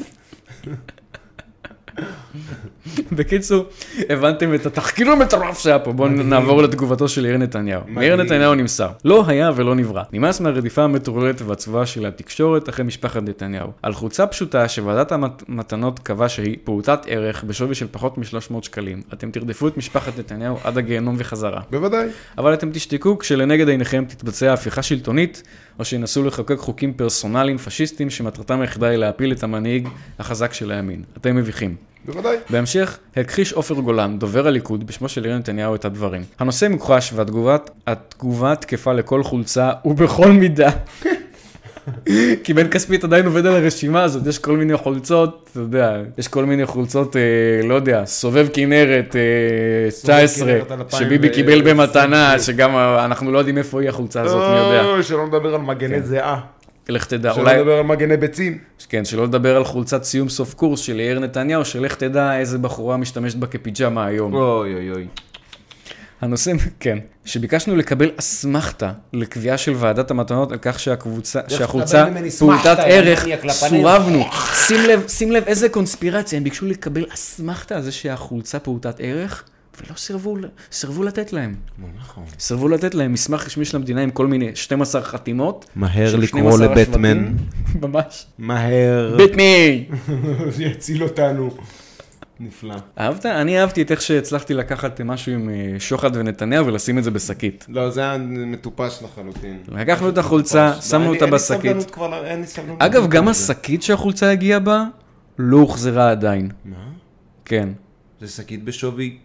בקיצור, הבנתם את התחקיר המטורף שהיה פה, בואו נעבור לתגובתו של יאיר נתניהו. מיאיר נתניהו נמסר, לא היה ולא נברא. נמאס מהרדיפה המטורללת והצבועה של התקשורת אחרי משפחת נתניהו. על חולצה פשוטה שוועדת המתנות קבעה שהיא פעוטת ערך בשווי של פחות מ-300 שקלים. אתם תרדפו את משפחת נתניהו עד הגיהנום וחזרה. בוודאי. אבל אתם תשתקו כשלנגד עיניכם תתבצע הפיכה שלטונית, או שינסו לחוקק חוקים פרסונליים פשיסטיים שמטרתם היחידה היא להפיל את המנהיג החזק של הימין. אתם מביכים. בוודאי. בהמשך, הכחיש עופר גולן, דובר הליכוד, בשמו של יאיר נתניהו את הדברים. הנושא מוכחש והתגובה תקפה לכל חולצה ובכל מידה. כי בן כספית עדיין עובד על הרשימה הזאת, יש כל מיני חולצות, אתה יודע, יש כל מיני חולצות, אה, לא יודע, סובב כנרת, אה, 19, כנרת על אלפיים שביבי ו- קיבל במתנה, עשרים. שגם ה- אנחנו לא יודעים איפה היא החולצה הזאת, מי יודע. אוי, שלא נדבר על מגני זיעה. לך תדע, אה! שלא אולי... נדבר על מגני ביצים. כן, שלא לדבר על חולצת סיום סוף קורס של יאיר נתניהו, שלך תדע איזה בחורה משתמשת בה כפיג'מה היום. אוי אוי אוי. הנושא, כן, שביקשנו לקבל אסמכתה לקביעה של ועדת המתנות על כך שהקבוצה, שהחולצה תקבל ממני פעולת אסמכתה, ערך, ימניאק לפנים. סורבנו. שים לב, שים לב איזה קונספירציה, הם ביקשו לקבל אסמכתה על זה שהחולצה פעולת ערך, ולא סירבו, ל- סירבו לתת להם. נכון. סירבו לתת להם מסמך רשמי של המדינה עם כל מיני 12 חתימות. מהר של לקרוא 12 לבטמן. השבטים. ממש. מהר. ביטמי! זה יציל אותנו. נפלא. אהבת? אני אהבתי את איך שהצלחתי לקחת משהו עם אה, שוחד ונתניהו ולשים את זה בשקית. לא, זה היה מטופש לחלוטין. לקחנו את החולצה, שמנו אותה בשקית. אין לי סבלנות. אגב, גם השקית שהחולצה הגיעה בה, לא הוחזרה עדיין. מה? כן. זה שקית בשווי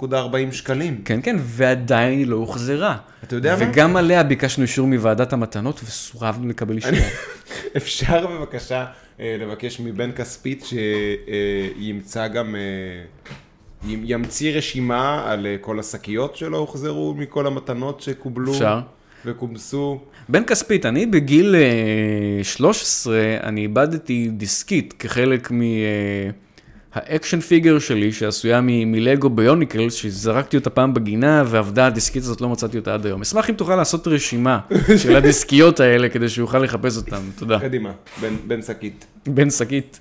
0.40 שקלים. כן, כן, ועדיין היא לא הוחזרה. אתה יודע מה? וגם עליה ביקשנו אישור מוועדת המתנות, וסורבנו לקבל אישור. אפשר בבקשה אה, לבקש מבן כספית שימצא גם, אה, ימ- ימציא רשימה על אה, כל השקיות שלא הוחזרו מכל המתנות שקובלו. אפשר. וקומסו. בן כספית, אני בגיל אה, 13, אני איבדתי דיסקית כחלק מ... אה, האקשן פיגר שלי שעשויה מ- מלגו ביוניקל, שזרקתי אותה פעם בגינה ועבדה הדיסקית הזאת, לא מצאתי אותה עד היום. אשמח אם תוכל לעשות רשימה של הדיסקיות האלה כדי שאוכל לחפש אותן, תודה. קדימה, בן- בן שקית. בן שקית.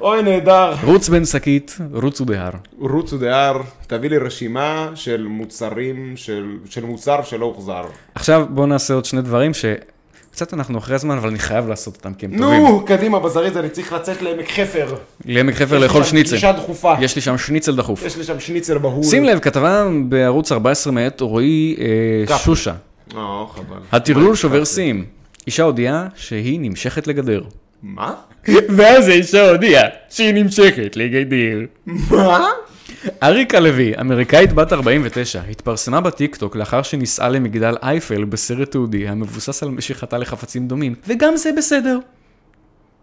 אוי, נהדר. רוץ בן שקית, רוצו בהר. רוצו דהר, תביא לי רשימה של מוצרים, של, של מוצר שלא הוחזר. עכשיו בואו נעשה עוד שני דברים שקצת אנחנו אחרי הזמן, אבל אני חייב לעשות אותם כי הם טובים. נו, קדימה, בזריז, אני צריך לצאת לעמק חפר. לעמק חפר לאכול יש לי שם שניצל. פגישה דחופה. יש לי שם שניצל דחוף. יש לי שם שניצל בהול. שים לב, כתבה בערוץ 14 מאת רועי אה, שושה. או, חבל. הטרלול שובר שיאים. אישה הודיעה שהיא נמשכת לגדר. מה? ואז האישה הודיעה שהיא נמשכת לגדר. מה? אריקה לוי, אמריקאית בת 49, התפרסמה בטיקטוק לאחר שנישאה למגדל אייפל בסרט תיעודי המבוסס על משיכתה לחפצים דומים, וגם זה בסדר.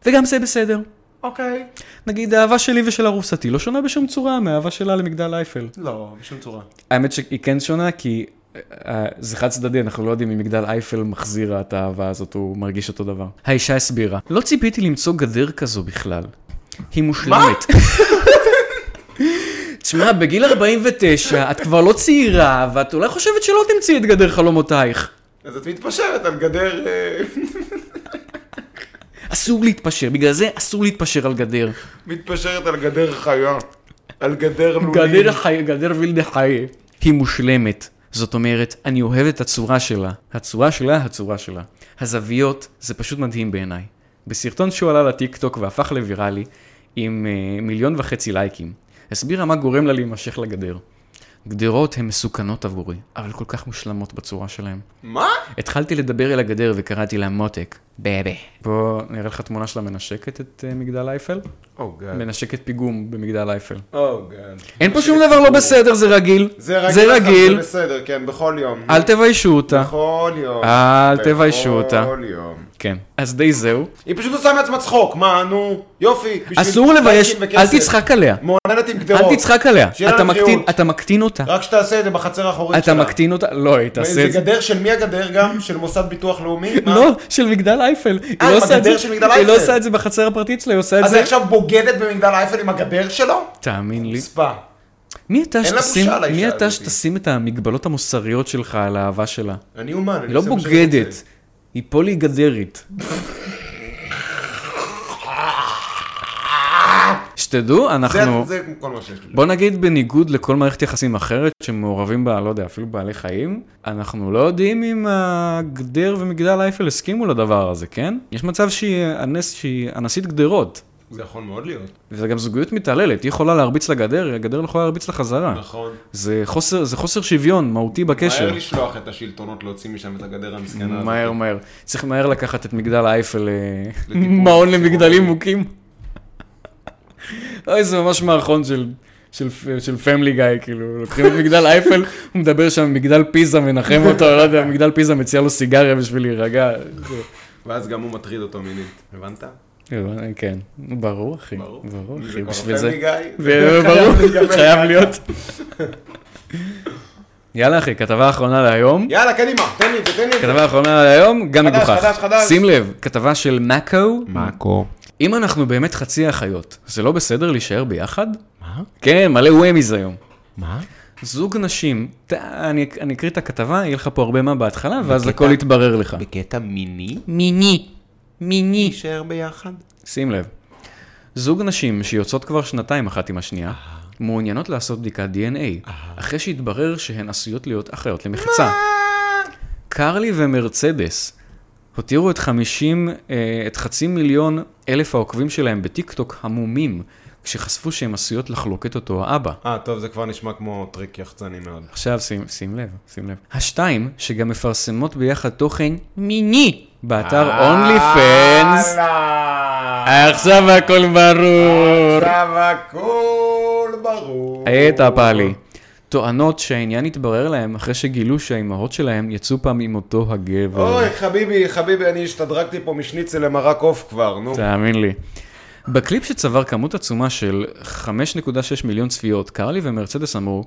וגם זה בסדר. אוקיי. נגיד, האהבה שלי ושל ארוסתי לא שונה בשום צורה מהאהבה שלה למגדל אייפל. לא, בשום צורה. האמת שהיא כן שונה, כי אה, זה חד צדדי, אנחנו לא יודעים אם מגדל אייפל מחזיר את האהבה הזאת, הוא מרגיש אותו דבר. האישה הסבירה, לא ציפיתי למצוא גדר כזו בכלל. היא מושלמת. תשמע, בגיל 49, את כבר לא צעירה, ואת אולי חושבת שלא תמצאי את גדר חלומותייך. אז את מתפשרת על גדר... אה, אסור להתפשר, בגלל זה אסור להתפשר על גדר. מתפשרת על גדר חיה. על גדר לולים. גדר חי, גדר וילדה חי. היא מושלמת. זאת אומרת, אני אוהב את הצורה שלה. הצורה שלה, הצורה שלה. הזוויות, זה פשוט מדהים בעיניי. בסרטון שהוא עלה לטיקטוק והפך לוויראלי, עם uh, מיליון וחצי לייקים, הסבירה מה גורם לה להימשך לגדר. גדרות הן מסוכנות עבורי, אבל כל כך מושלמות בצורה שלהן. מה? התחלתי לדבר אל הגדר וקראתי לה מותק. בבה. בוא נראה לך תמונה שלה מנשקת את אה, מגדל אייפל? או גאד. מנשקת פיגום במגדל אייפל. או גאד. אין פה שום דבר לא בסדר, זה רגיל. זה רגיל. זה לך, רגיל. זה בסדר, כן, בכל יום. אל תביישו אותה. בכל יום. אל תביישו אותה. בכל יום. כן. אז די זהו. היא פשוט עושה מעצמה צחוק, מה, נו, יופי. בשביל אסור לבייש, לייקים וכסף. אל תצחק עליה. מעוננת עם גדרות. אל תצחק עליה. שיהיה לה אתה בריאות. מקטין- אתה מקטין אותה. רק שתעשה את זה בחצר האחורית אתה שלה. מקטין אותה. לא, היא תעשה זה את זה. גדר של מי הגדר גם? של מוסד ביטוח לאומי? מה? לא, של מגדל אייפל. היא אה, לא עם עושה את הגדר זה- של מגדל היא אייפל. לא עושה את זה בחצר הפרטית שלה, היא עושה את אז היא זה. עכשיו בוגדת במגדל אייפל עם הגדר שלו? תאמין לי. ספה. מי אתה לה שתשים- בושה לאישה מי אתה הזאת. שתשים את המגבלות המוסריות שלך על האהבה שלה? אני אומן, אני היא לא עושה מה שאני בוגדת, רוצה. היא פוליגדרית. שתדעו, זה- אנחנו... זה כל מה שיש לי. בוא נגיד בניגוד לכל מערכת יחסים אחרת שמעורבים בה, לא יודע, אפילו בעלי חיים, אנחנו לא יודעים אם הגדר ומגדל אייפל הסכימו לדבר הזה, כן? יש מצב שהיא, אנס, שהיא אנסית גדרות, זה יכול מאוד להיות. וזה גם זוגיות מתעללת, היא יכולה להרביץ לגדר, הגדר לא יכולה להרביץ לחזרה. נכון. זה חוסר, זה חוסר שוויון מהותי בקשר. מהר לשלוח את השלטונות להוציא משם את הגדר המסכנה הזאת. מהר, מהר. צריך מהר לקחת את מגדל אייפל, אה, לטיפול מעון פסיכולוגי. למגדלים מוכים. אוי, זה ממש מערכון של... של, של פמילי גיא, כאילו, לוקחים את מגדל אייפל, הוא מדבר שם, מגדל פיזה מנחם אותו, לא יודע, מגדל פיזה מציע לו סיגריה בשביל להירגע. זה- ואז גם הוא מטריד אותו מינית. הבנת? כן, ברור אחי, ברור. ברור זה אחי, כבר בשביל פמילי זה, גיא, ו- זה ברור, להיגמר חייב ככה. להיות. יאללה אחי, כתבה אחרונה להיום. יאללה, קדימה, תן לי את זה, תן לי את זה. כתבה אחרונה להיום, גם חדש, מגוחך. חדש, חדש. שים לב, כתבה של מאקו. מאקו. אם אנחנו באמת חצי אחיות, זה לא בסדר להישאר ביחד? מה? כן, מלא ומיז היום. מה? זוג נשים, ת, אני, אני אקריא את הכתבה, יהיה לך פה הרבה מה בהתחלה, ואז הכל יתברר לך. בקטע מיני, מיני. מיני. נשאר ביחד. שים לב. זוג נשים שיוצאות כבר שנתיים אחת עם השנייה, מעוניינות לעשות בדיקת DNA, אחרי שהתברר שהן עשויות להיות אחיות למחצה. קרלי ומרצדס הותירו את 50, אה, את חצי מיליון אלף העוקבים שלהם בטיקטוק המומים, כשחשפו שהן עשויות לחלוק את אותו האבא. אה, טוב, זה כבר נשמע כמו טריק יחצני מאוד. עכשיו שים, שים לב, שים לב. השתיים, שגם מפרסמות ביחד תוכן מיני באתר אה. OnlyFans. יאללה. עכשיו הכל ברור. עכשיו הכל ברור. היית פעלי. טוענות שהעניין התברר להם אחרי שגילו שהאימהות שלהם יצאו פעם עם אותו הגבר. אוי, חביבי, חביבי, אני השתדרגתי פה משניצל למרק עוף כבר, נו. תאמין לי. בקליפ שצבר כמות עצומה של 5.6 מיליון צפיות, קרלי ומרצדס אמרו,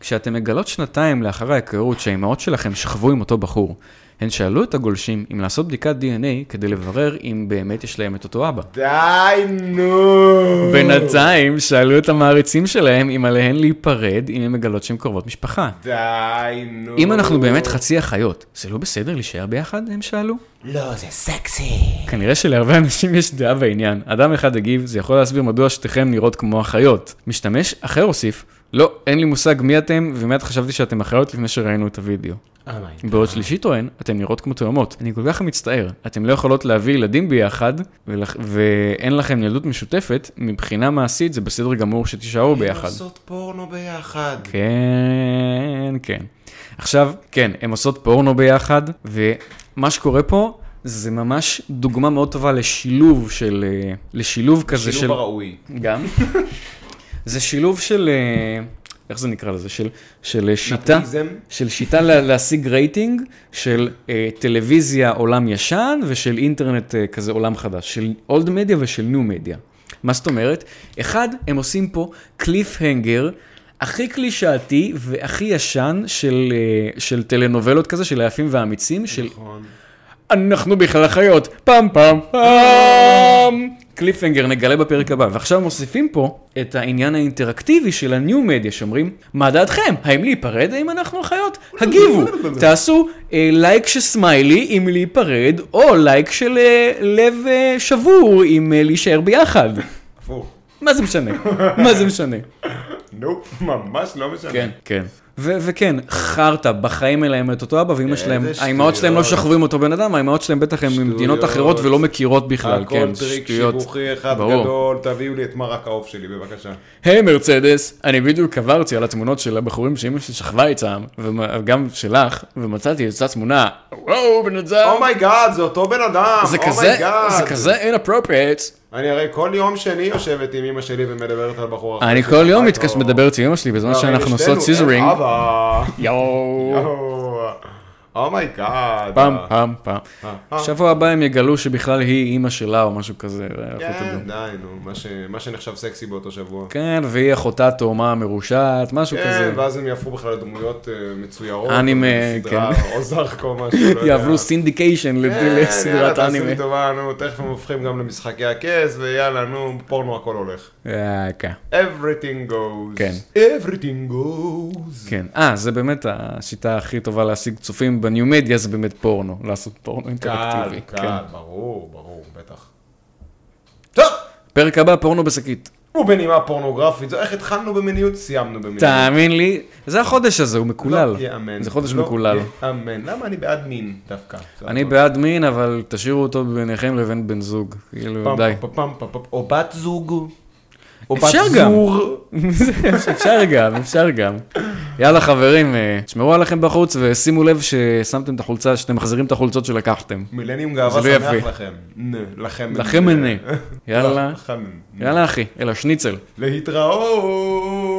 כשאתם מגלות שנתיים לאחר ההיכרות שהאימהות שלכם שכבו עם אותו בחור, הן שאלו את הגולשים אם לעשות בדיקת DNA כדי לברר אם באמת יש להם את אותו אבא. די, נו. בינתיים שאלו את המעריצים שלהם אם עליהן להיפרד אם הן מגלות שהן קרובות משפחה. די, נו. אם אנחנו באמת חצי אחיות, זה לא בסדר להישאר ביחד? הם שאלו. לא, זה סקסי. כנראה שלהרבה אנשים יש דעה בעניין. אדם אחד הגיב, זה יכול להסביר מדוע שתיכם נראות כמו אחיות. משתמש אחר הוסיף, לא, אין לי מושג מי אתם, ומיד חשבתי שאתם אחיות לפני שראינו את הוידאו. בעוד שלישי טוען, אתן נראות כמו תאומות. אני כל כך מצטער, אתן לא יכולות להביא ילדים ביחד, ולכ- ואין לכם ילדות משותפת, מבחינה מעשית זה בסדר גמור שתישארו ביחד. לעשות פורנו ביחד. כן, כן. עכשיו, כן, הן עושות פורנו ביחד, ומה שקורה פה זה ממש דוגמה מאוד טובה לשילוב של... אה, לשילוב כזה של... שילוב הראוי. גם. זה שילוב של... אה, איך זה נקרא לזה? של, של אה, שיטה... נפוליזם? של שיטה לה, להשיג רייטינג, של אה, טלוויזיה עולם ישן ושל אינטרנט אה, כזה עולם חדש, של אולד מדיה ושל ניו מדיה. מה זאת אומרת? אחד, הם עושים פה קליף הנגר הכי קלישאתי והכי ישן של, אה, של טלנובלות כזה, של היפים והאמיצים, של נכון. אנחנו בכלל חיות, פעם פעם פעם. קליפינגר נגלה בפרק הבא, ועכשיו מוסיפים פה את העניין האינטראקטיבי של הניו מדיה, שאומרים, מה דעתכם? האם להיפרד האם אנחנו חיות? הגיבו, תעשו אה, לייק של סמיילי אם להיפרד, או לייק של אה, לב אה, שבור אם אה, להישאר ביחד. הפוך. מה זה משנה? מה זה משנה? נופ, ממש לא משנה. כן, כן. ו- וכן, חרטא, בחיים אין להם את אותו אבא, ואמא שלהם, כן, שטויות. האימהות שלהם לא שחרו עם אותו בן אדם, האימהות שלהם בטח הם ממדינות שטויות. אחרות ולא מכירות בכלל, הכל כן, טריק שטויות. שיווכי אחד ברור. גדול, תביאו לי את מרק העוף שלי בבקשה. היי מרצדס, אני בדיוק עברתי על התמונות של הבחורים שאימא שלי שכבה איתם, וגם שלך, ומצאתי את אותה תמונה, וואו, בן אדם, Oh אומייגאד, זה אותו בן אדם, זה כזה, אומייגאד. זה כזה inappropriate. אני הרי כל יום שני יושבת עם אמא שלי ומדברת על אה, בחור אחר. אני שהיא כל יום שכבה מתקשרת איתו. מדברת עם אמא שלי בזמן והרי שאנחנו לשתינו עושות סיזרינג. לא, אין אה, אבא. אה, יואו. אומייגאד. פעם, פעם, פעם. אה. שבוע הבא הם יגלו שבכלל היא אימא שלה או משהו כזה. אה, ואנחנו תדעו. כן, די, נו, מה ש- מה שנחשב סקסי באותו שבוע. כן, והיא אחותה תאומה מרושעת, משהו כן, כזה. ואז הם יהפכו בכלל לדמויות אה, מצוירות. אנימה, סדרה, כן. אוזארק או משהו, לא יודע. יעברו סינדיקיישן כן, יאללה, לסדרת תעשי אנימה. לי טובה, נו, תכף הם הופכים גם למשחקי הכס, ויאללה, נו, פורנו הכל הולך. אה, כן, Everything goes. כן. Everything goes. כן. אה, זה באמת השיטה הכי טובה להשיג צופים בניו מדיה, זה באמת פורנו, לעשות פורנו קל, אינטראקטיבי. קל, כן. ברור, ברור, בטח. טוב, פרק הבא, פורנו בשקית. ובנימה פורנוגרפית, זו איך התחלנו במיניות, סיימנו במיניות. תאמין לי, זה החודש הזה, הוא מקולל. כן. לא יאמן. זה חודש לא מקולל. יאמן. למה אני בעד מין דווקא? זה אני הכל. בעד מין, אבל תשאירו אותו ביניכם לבין בן זוג. כאילו, פעם, די. פעם, פעם, פעם, פעם, או בת זוג. או בת אפשר גם. זור. אפשר גם, אפשר גם. יאללה חברים, אה, תשמרו עליכם בחוץ ושימו לב ששמתם את החולצה, שאתם מחזירים את החולצות שלקחתם. מילניום זה גאווה לא שמח יפה. לכם. נה, לכם. לכם אני. יאללה, לכם. יאללה אחי, אלא שניצל. להתראות.